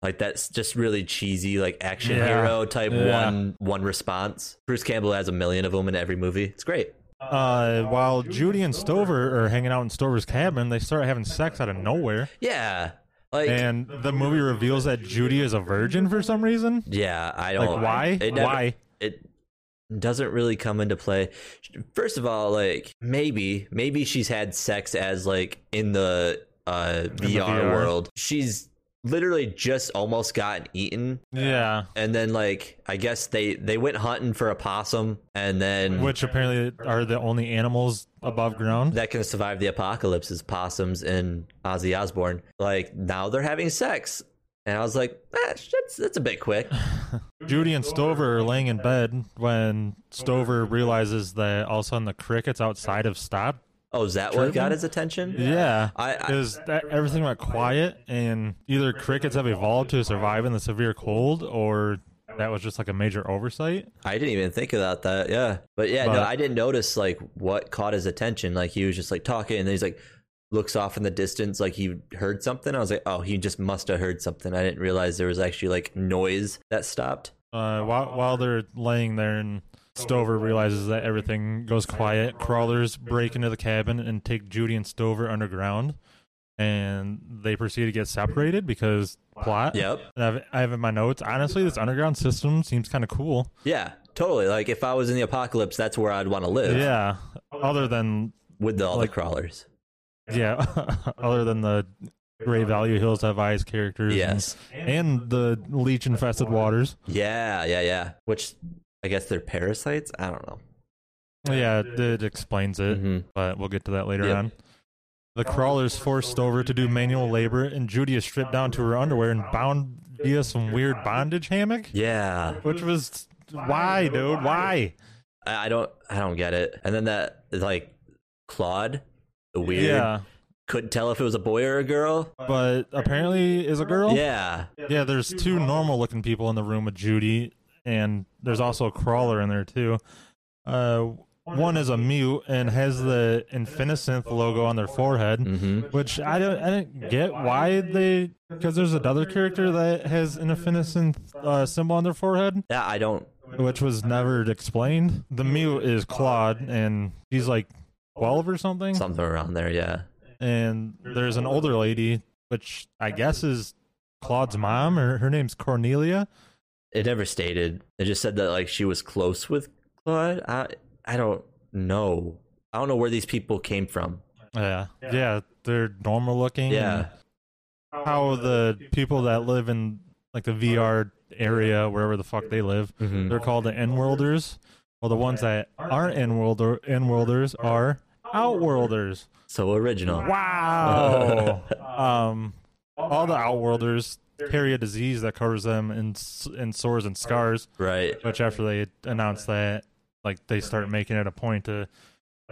Like that's just really cheesy, like action Yeah. hero type Yeah. one one response. Bruce Campbell has a million of them in every movie. It's great. Uh, while Judy and Stover are hanging out in Stover's cabin, they start having sex out of nowhere, Yeah, like and the movie reveals that Judy is a virgin for some reason. Yeah, I don't. Like, why? It never- Why? It doesn't really come into play. First of all, like maybe, maybe she's had sex as like in the uh VR, VR. world. She's literally just almost gotten eaten, Yeah, and then like I guess they they went hunting for a possum, and then which apparently are the only animals above ground. that can survive the apocalypse is possums and Ozzy Osbourne. Like now they're having sex, and I was like, eh, that's that's a bit quick. Judy and Stover are laying in bed when Stover realizes that all of a sudden the crickets outside have stopped. Oh, is that what got his attention? Yeah, I- I- because everything went quiet, and either crickets have evolved to survive in the severe cold, or that was just like a major oversight. I didn't even think about that. Yeah. But yeah, no, But- I didn't notice like what caught his attention. Like he was just like talking and then he's like looks off in the distance like he heard something. I was like, "Oh, he just must have heard something." I didn't realize there was actually like noise that stopped. Uh, while while they're laying there, and Stover realizes that everything goes quiet, crawlers break into the cabin and take Judy and Stover underground, and they proceed to get separated because plot. Yep. And I've, I have in my notes. Honestly, this underground system seems kind of cool. Yeah, totally. Like if I was in the apocalypse, that's where I'd want to live Yeah. Other than with the, all Like- the crawlers. yeah, other than the Grey Value Hills Have Eyes characters. and- Yes. And, the leech infested waters. Yeah, yeah, yeah. Which I guess they're parasites. I don't know. Yeah, it, it explains it, Mhm. but we'll get to that later Yep. on. The crawlers forced over to do manual labor, and Judy is stripped down to her underwear and bound via some weird bondage hammock, Yeah. which was why, dude? Why? I I don't I don't get it. And then that like Claude, the weird Yeah, couldn't tell if it was a boy or a girl. but apparently is a girl. Yeah. Oh. Yeah, there's two normal looking people in the room with Judy, and there's also a crawler in there too. Uh, one is a mute and has the Infinisynth logo on their forehead, hmm which I don't, I didn't get why they, because there's another character that has an Infinisynth uh, symbol on their forehead, Yeah, I don't. which was never explained. The mute is Claude, and he's like 12 or something, Something around there. Yeah. and there's an older lady, which I guess is Claude's mom, or her name's Cornelia. It never stated. It just said that like she was close with Claude. I I don't know. I don't know where these people came from. Yeah. Uh, Yeah. They're normal looking. Yeah. and How the people that live in like the VR area, wherever the fuck they live, Mhm. they're called the N worlders. Well, the ones that aren't N worlders are Outworlders. So original. Wow. um, all the Outworlders carry a disease that covers them in s- in sores and scars. Right. Which after they announce that, like they start making it a point to,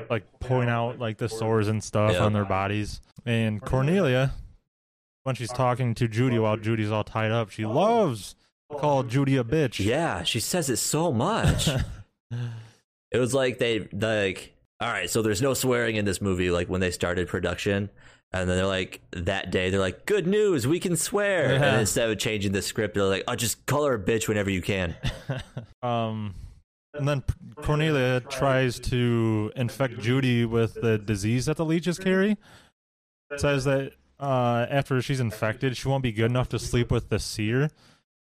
like point out like the sores and stuff Yeah. on their bodies. And Cornelia, when she's talking to Judy Oh. while Judy's all tied up, she loves to call Judy a bitch. Yeah, she says it so much. it was like they like all right, so there's no swearing in this movie like when they started production and then they're like that day they're like good news, we can swear. Yeah. And instead of changing the script, they're like, "Oh, just call her a bitch whenever you can." Um, and then P- Cornelia tries to infect Judy with the disease that the leeches carry. Says that uh, after she's infected, she won't be good enough to sleep with the seer,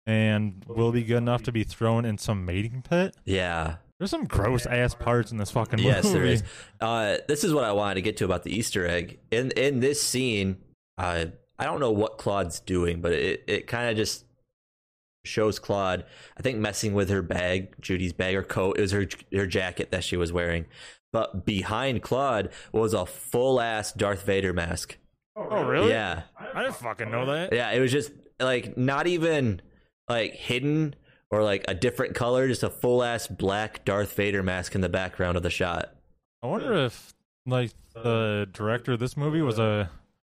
and will be good enough to be thrown in some mating pit. Yeah. There's some gross ass parts in this fucking movie. Yes, there is. Uh, this is what I wanted to get to about the Easter egg. In in this scene, uh, I don't know what Claude's doing, but it, it kind of just shows Claude. I think messing with her bag, Judy's bag or coat. It was her her jacket that she was wearing. But behind Claude was a full ass Darth Vader mask. Oh really? Yeah, I didn't fucking know that. yeah. It was just like not even like hidden or like a different color. Just a full ass black Darth Vader mask in the background of the shot. I wonder if like the director of this movie was a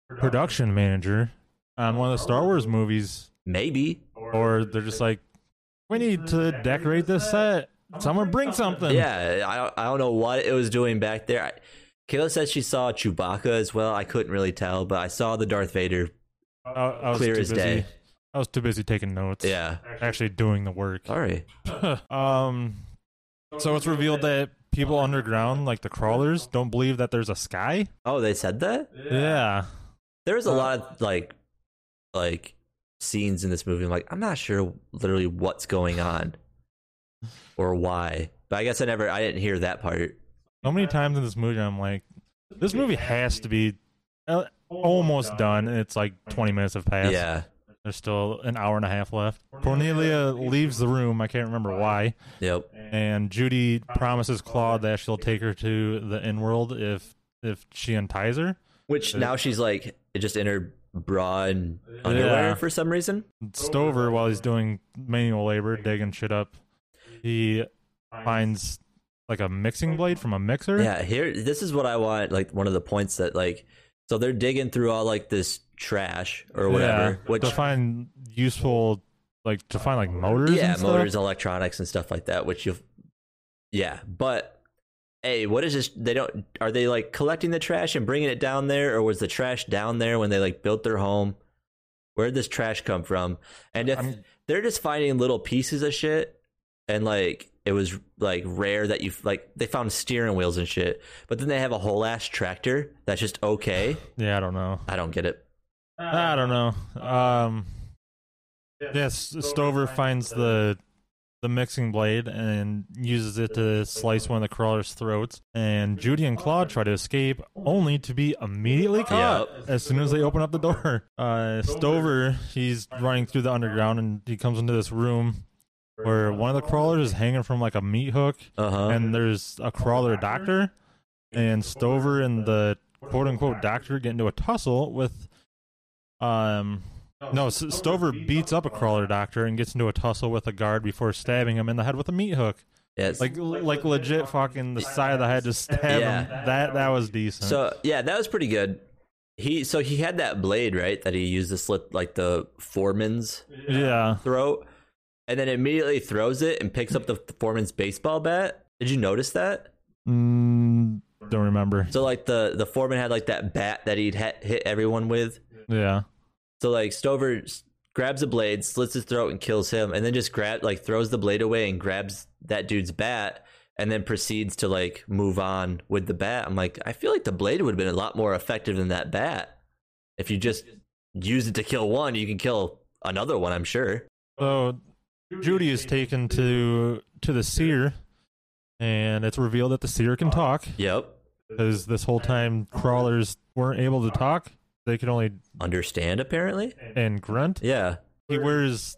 production manager on one of the Star Wars movies Maybe or they're just like, we need to decorate this set. Someone bring something. Yeah, I don't, I don't know what it was doing back there. I, Kayla said she saw Chewbacca as well. I couldn't really tell, but I saw the Darth Vader. I, I was Clear too as busy. day. I was too busy taking notes. Yeah, actually doing the work. sorry. Um, so it's revealed that people underground, like the crawlers, don't believe that there's a sky. Oh, they said that. Yeah, There's Uh, a lot of like, like scenes in this movie. I'm like, I'm not sure literally what's going on or why. But I guess I never, I didn't hear that part. so many times in this movie, I'm like, this movie has to be. uh, Almost done. and It's like 20 minutes have passed. Yeah, There's still an hour and a half left. Cornelia leaves the room. I can't remember why. yep. and Judy promises Claude that she'll take her to the in world if if she unties her. Which now she's like just in her bra and underwear Yeah. for some reason. Stover, while he's doing manual labor, digging shit up, he finds like a mixing blade from a mixer. Yeah, here this is what I want. Like one of the points that like, so they're digging through all like this trash or whatever, Yeah, which to find useful, like to find like motors. yeah, and stuff. motors, electronics, and stuff like that. Which you, yeah, but hey, what is this? They don't are they like collecting the trash and bringing it down there, or was the trash down there when they like built their home? Where did this trash come from? And if I'm- they're just finding little pieces of shit, and like it was like rare that you like they found steering wheels and shit, but then they have a whole ass tractor that's just okay. Yeah, I don't know. I don't get it. I don't know. Um, yes, Stover finds the the mixing blade and uses it to slice one of the crawler's throats. And Judy and Claude try to escape, only to be immediately caught Yep. as soon as they open up the door. Uh, Stover, he's running through the underground and he comes into this room where one of the crawlers is hanging from like a meat hook, Uh huh. and there's a crawler doctor. And Stover and the quote unquote doctor get into a tussle with um no, S- Stover beats up a crawler doctor and gets into a tussle with a guard before stabbing him in the head with a meat hook. Yeah, it's- Like, like legit, fucking the side of the head to stab him. Yeah. That that was decent. So yeah, that was pretty good. He so he had that blade right that he used to slit like the foreman's yeah, throat, and then immediately throws it and picks up the, the foreman's baseball bat. Did you notice that? mm, don't remember. So like the the foreman had like that bat that he'd ha- hit everyone with. Yeah, So like Stover s- grabs a blade, slits his throat, and kills him, and then just grab like throws the blade away and grabs that dude's bat, and then proceeds to like move on with the bat. I'm like, I feel like the blade would have been a lot more effective than that bat. If you just use it to kill one, you can kill another one. I'm sure. So Judy is taken to to the seer, and it's revealed that the seer can talk Yep. because this whole time crawlers weren't able to talk; they could only Understand apparently. and grunt. Yeah. He wears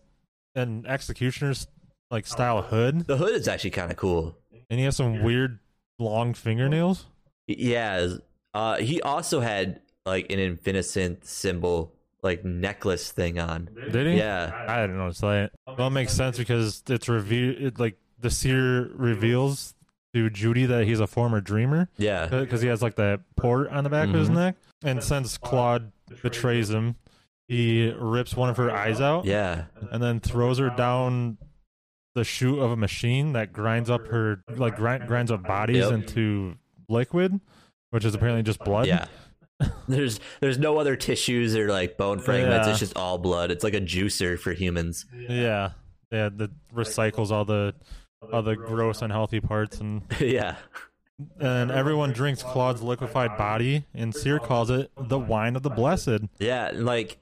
an executioner's like style hood. The hood is actually kind of cool. And he has some weird long fingernails. Yeah. Uh, he also had like an infinite symbol, like necklace thing on. Did he? Yeah. I didn't notice that. Well, it makes sense because it's revealed. It, like the seer reveals to Judy that he's a former dreamer Yeah. because he has like that port on the back of his Mhm. neck. And since Claude betrays him, he rips one of her eyes out Yeah. and then throws her down the chute of a machine that grinds up her like grind, grinds up bodies Yep. into liquid, which is apparently just blood. Yeah. There's there's no other tissues or like bone fragments. Yeah. It's just all blood. It's like a juicer for humans. yeah, yeah. That recycles all the all the gross unhealthy parts and yeah. and everyone drinks Claude's liquefied body, and Seer calls it the wine of the blessed. Yeah, and like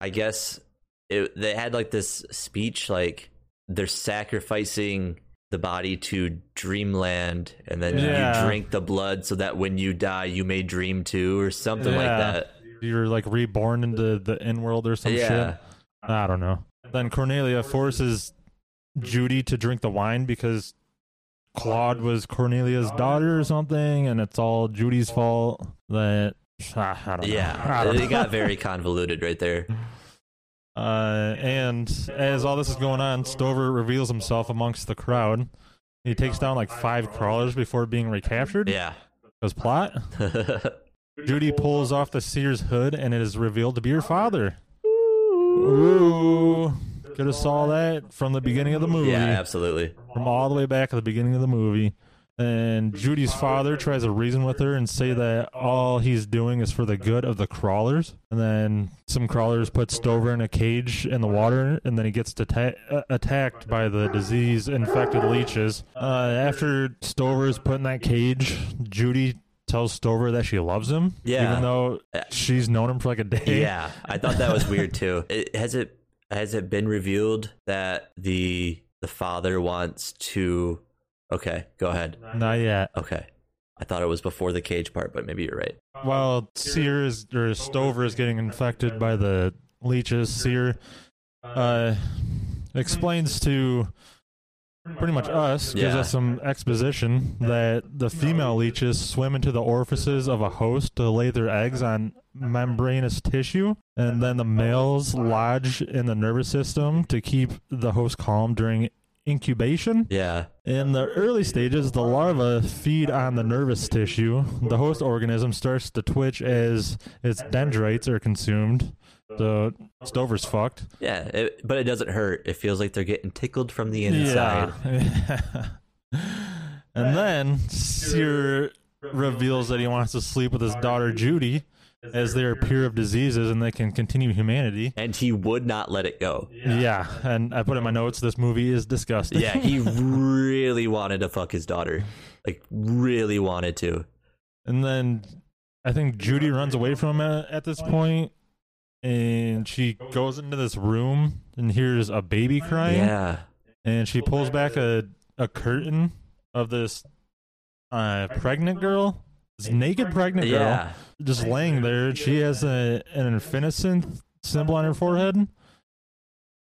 I guess it, they had like this speech like they're sacrificing the body to dreamland and then Yeah. you drink the blood so that when you die you may dream too or something Yeah. like that. You're like reborn into the in world or some yeah. shit. I don't know. Then Cornelia forces Judy to drink the wine because Claude was Cornelia's daughter or something, and it's all Judy's fault that. ah, I don't know. I Yeah. don't know. It got very convoluted right there. Uh, and as all this is going on, Stover reveals himself amongst the crowd. He takes down like five crawlers before being recaptured. Yeah. His plot. Judy pulls off the seer's hood, and it is revealed to be her father. Ooh. Could have saw that from the beginning of the movie. yeah, absolutely. From all the way back at the beginning of the movie. And Judy's father tries to reason with her and say that all he's doing is for the good of the crawlers. And then some crawlers put Stover in a cage in the water, and then he gets deta- uh, attacked by the disease infected leeches. Uh, after Stover is put in that cage, Judy tells Stover that she loves him. Yeah. Even though Uh, she's known him for like a day. Yeah, I thought that was weird too. It, has it has it been revealed that the the father wants to? Okay, go ahead. Not yet. Okay, I thought it was before the cage part, but maybe you're right. Well, Seer is or Stover is getting infected by the leeches. Seer uh, explains to pretty much us, gives Yeah. us some exposition that the female leeches swim into the orifices of a host to lay their eggs on membranous tissue, and then the males lodge in the nervous system to keep the host calm during incubation. Yeah, In the early stages, the larvae feed on the nervous tissue. The host organism starts to twitch as its dendrites are consumed. So Stover's fucked. yeah, it, but it doesn't hurt. It feels like they're getting tickled from the inside. Yeah. and then Seer reveals that he wants to sleep with his daughter Judy as they are pure of diseases and they can continue humanity. And he would not let it go. Yeah. And I put in my notes this movie is disgusting. Yeah, he really wanted to fuck his daughter. Like, really wanted to. And then I think Judy runs away from him at, at this point, and she goes into this room and hears a baby crying, Yeah. and she pulls back a, a curtain of this uh, pregnant girl, this naked pregnant girl, Yeah. just laying there. She has a, an infinite symbol on her forehead.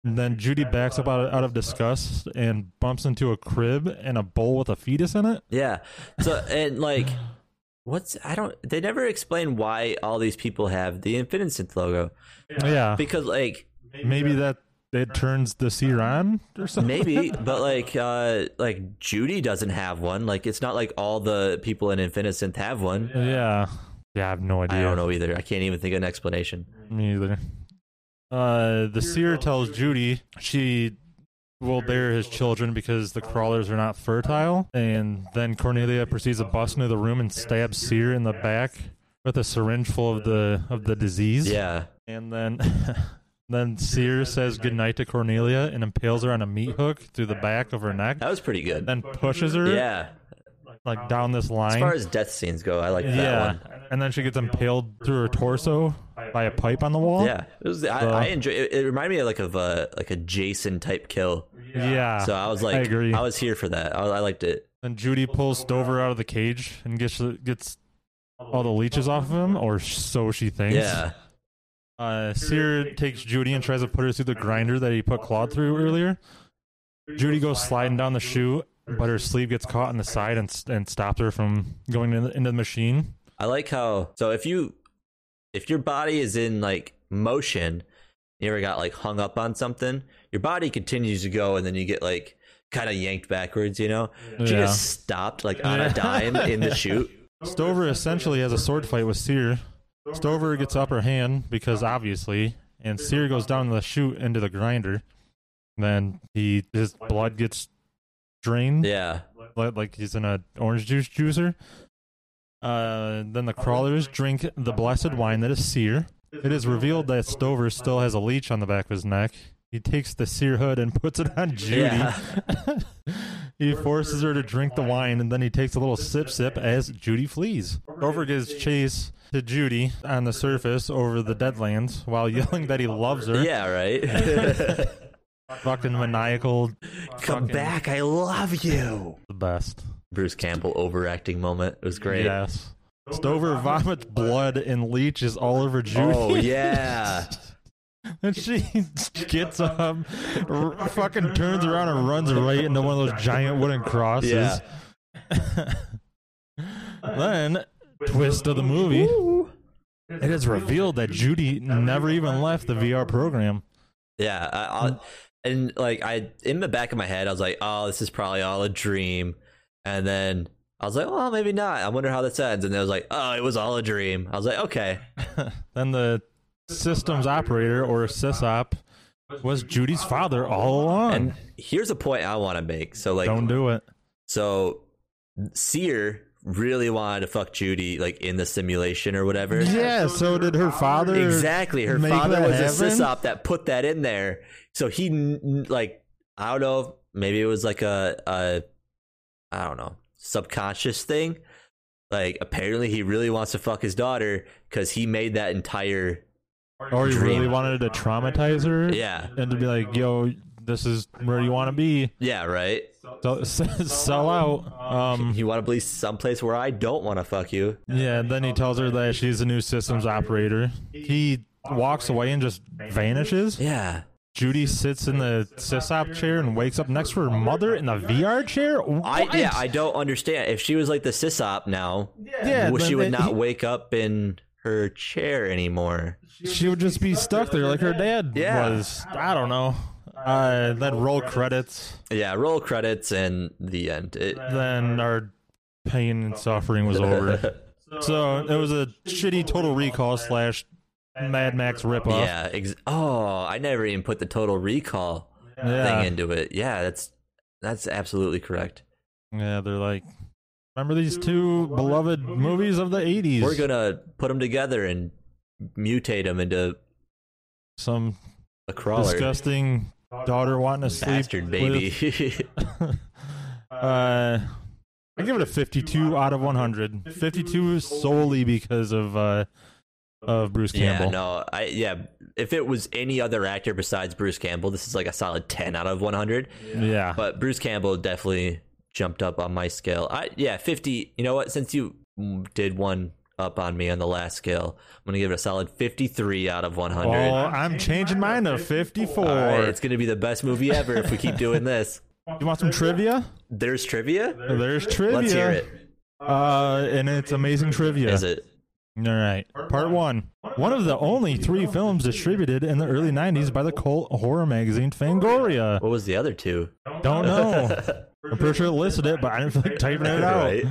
And then Judy backs up out of, out of disgust and bumps into a crib and a bowl with a fetus in it. Yeah. So and like what's I don't they never explain why all these people have the Infinite Synth logo Yeah. because like maybe that it turns the seer on or something. maybe but like uh like Judy doesn't have one like it's not like all the people in Infinite Synth have one. Yeah. Yeah, I have no idea. I don't know either. I can't even think of an explanation. Me either. Uh, the seer tells Judy she will bear his children because the crawlers are not fertile. And then Cornelia proceeds to bust into the room and stabs Seer in the back with a syringe full of the of the disease. Yeah. And then then Seer says goodnight to Cornelia and impales her on a meat hook through the back of her neck. That was pretty good. Then pushes her Yeah. like down this line. As far as death scenes go, I like that Yeah, one. and then she gets impaled through her torso by a pipe on the wall. Yeah, it was. I, I enjoy. It, it reminded me of like of a like a Jason type kill. yeah. So I was like, I agree. I was here for that. I, I liked it. and Judy pulls Stover out of the cage and gets gets all the leeches off of him, or so she thinks. Yeah. Uh, Seer takes Judy and tries to put her through the grinder that he put Claude through earlier. Judy goes sliding down the chute, but her sleeve gets caught on the side and s- and stops her from going in- into the machine. I like how so if you if your body is in like motion, you ever got like hung up on something, your body continues to go and then you get like kind of yanked backwards, you know? She Yeah. just stopped like on Yeah. a dime in the chute. Stover essentially has a sword fight with Seer. Stover gets upper hand because obviously, and Seer goes down the chute into the grinder. Then he his blood gets drained, Yeah. li- like he's in a orange juice juicer. Uh, then the crawlers drink the blessed wine that is Seer. It is revealed that Stover still has a leech on the back of his neck. He takes the Seer hood and puts it on Judy. Yeah. he forces her to drink the wine and then he takes a little sip sip as Judy flees. Rover gives chase to Judy on the surface over the Deadlands while yelling that he loves her. Yeah, right. Fucking maniacal, Come back, I love you. the best. Bruce Campbell overacting moment. It was great. Yes. Stover vomits blood and leeches all over Judy. Oh yeah. And she gets up, r- fucking turns around and runs right into one of those giant wooden crosses. Yeah. then, twist of the movie, it is revealed that Judy never even left the VR program. Yeah, I, Mm. I, and like I in the back of my head, I was like, "Oh, this is probably all a dream," and then I was like, "Well, maybe not." I wonder how this ends. And then I was like, "Oh, it was all a dream." I was like, "Okay, Then the systems operator, or sysop, was Judy's father all along. And here's a point I want to make. So like, Don't do it. so Seer really wanted to fuck Judy like in the simulation or whatever. Yeah, so did her father. Exactly. Her make father that was a happen? sysop that put that in there. So he n- n- like I don't know. Maybe it was like a a I don't know subconscious thing. Like apparently he really wants to fuck his daughter because he made that entire Or he really Dream. wanted to traumatize her. yeah And to be like, yo, this is where you want to be. yeah right. So, sell out. Um, You want to be someplace where I don't want to fuck you. yeah, and then he tells her that she's the new systems operator. He walks away and just vanishes. Yeah. Judy sits in the sysop chair and wakes up next to her mother in the VR chair. I What? yeah I don't understand. If she was like the sysop now, Yeah, well, she then would it- not wake up in her chair anymore. she would just be stuck there like her dad Yeah. was. I don't know. Uh, then roll credits. Yeah, roll credits and the end. It, Then our pain and suffering was over. So uh, it was a shitty Total Recall slash Mad Max ripoff. yeah. Ex- oh, I never even put the total recall Yeah. thing into it. Yeah, that's that's absolutely correct. Yeah, they're like, remember these two beloved movies of the 80s? We're gonna put them together and mutate them into Some a crawler disgusting daughter wanting to sleep. bastard baby. with- uh, I give it a 52 out of 100. 52 solely because of uh, of Bruce yeah, Campbell. no, I yeah. If it was any other actor besides Bruce Campbell, this is like a solid ten out of one hundred. Yeah. But Bruce Campbell definitely jumped up on my scale. I yeah, fifty. You know what? Since you did one up on me on the last scale, I'm gonna give it a solid fifty-three out of one Well, hundred. I'm changing mine to 54. All right, it's gonna be the best movie ever if we keep doing this. You want some trivia? There's trivia. There's trivia. Let's hear it. Uh, and it's amazing trivia. Is it? All right. Part one. One of the only three films distributed in the early 90s by the cult horror magazine Fangoria. What was the other two? Don't know. I'm pretty sure it listed it, but I didn't feel like typing it out. Right.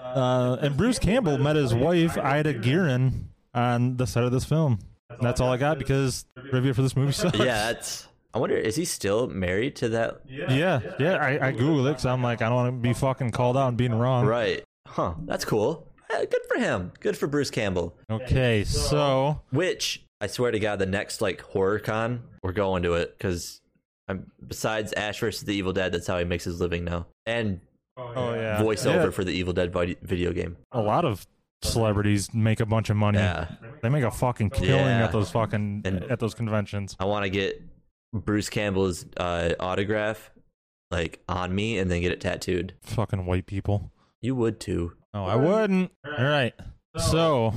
Uh, and Bruce Campbell met his wife, Ida Gearin, on the set of this film. That's all I got because trivia for this movie sucks. Yeah, that's. I wonder, is he still married to that? Yeah. Yeah. I, I Googled it because I'm like, I don't want to be fucking called out and being wrong. Right. Huh. That's cool. Eh, Good for him. Good for Bruce Campbell. Okay. So, Which I swear to God, the next like horror con, we're going to it because I'm besides Ash versus the Evil Dead, that's how he makes his living now, and oh, yeah. voiceover Yeah, for the Evil Dead vid- video game. a lot of celebrities make a bunch of money. Yeah, They make a fucking killing Yeah. at those fucking And- at those conventions. I want to get Bruce Campbell's uh, autograph like on me and then get it tattooed. Fucking white people. You would too. No, I wouldn't. All right. So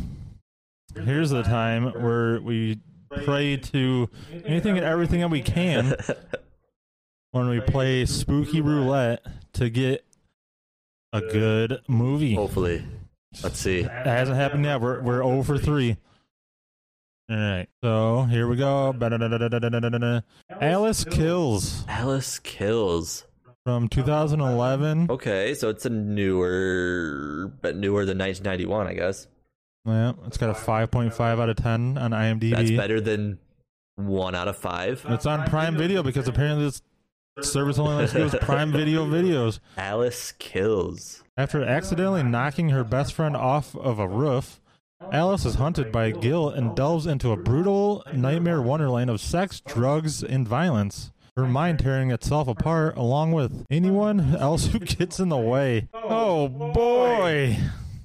here's the time where we pray to anything and everything that we can when we play spooky roulette to get a good Oh. movie. Hopefully, let's see. That hasn't happened yet. We're we're over three. All right, so here we go. Ba-da-da-da-da-da-da-da-da. Alice Kills Alice kills. from 2011. Okay, so it's a newer, but newer than 1991, I guess. Yeah, it's got a 5.5 out of 10 on That's IMDb. better than one out of five. It's on Prime Video because apparently this service only lets you use Prime Video videos. Alice kills. After accidentally knocking her best friend off of a roof, Alice is hunted by Gil and delves into a brutal nightmare wonderland of sex, drugs, and violence. Her mind tearing itself apart along with anyone else who gets in the way. Oh boy!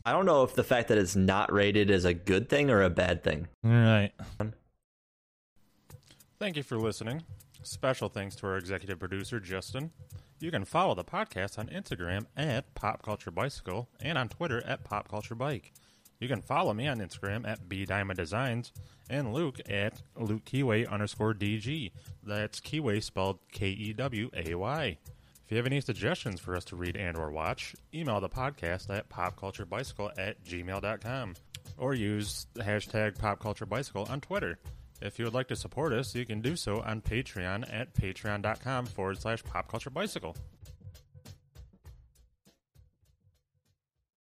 I don't know if the fact that it's not rated is a good thing or a bad thing. Alright. Thank you for listening. Special thanks to our executive producer, Justin. You can follow the podcast on Instagram at Pop Culture Bicycle and on Twitter at Pop Culture Bike. You can follow me on Instagram at B Diamond Designs and Luke at Luke Keyway underscore DG. That's Keyway spelled K E W A Y. If you have any suggestions for us to read and or watch, email the podcast at popculturebicycle at gmail.com or use the hashtag popculturebicycle on Twitter. If you would like to support us, you can do so on Patreon at patreon.com forward slash popculturebicycle.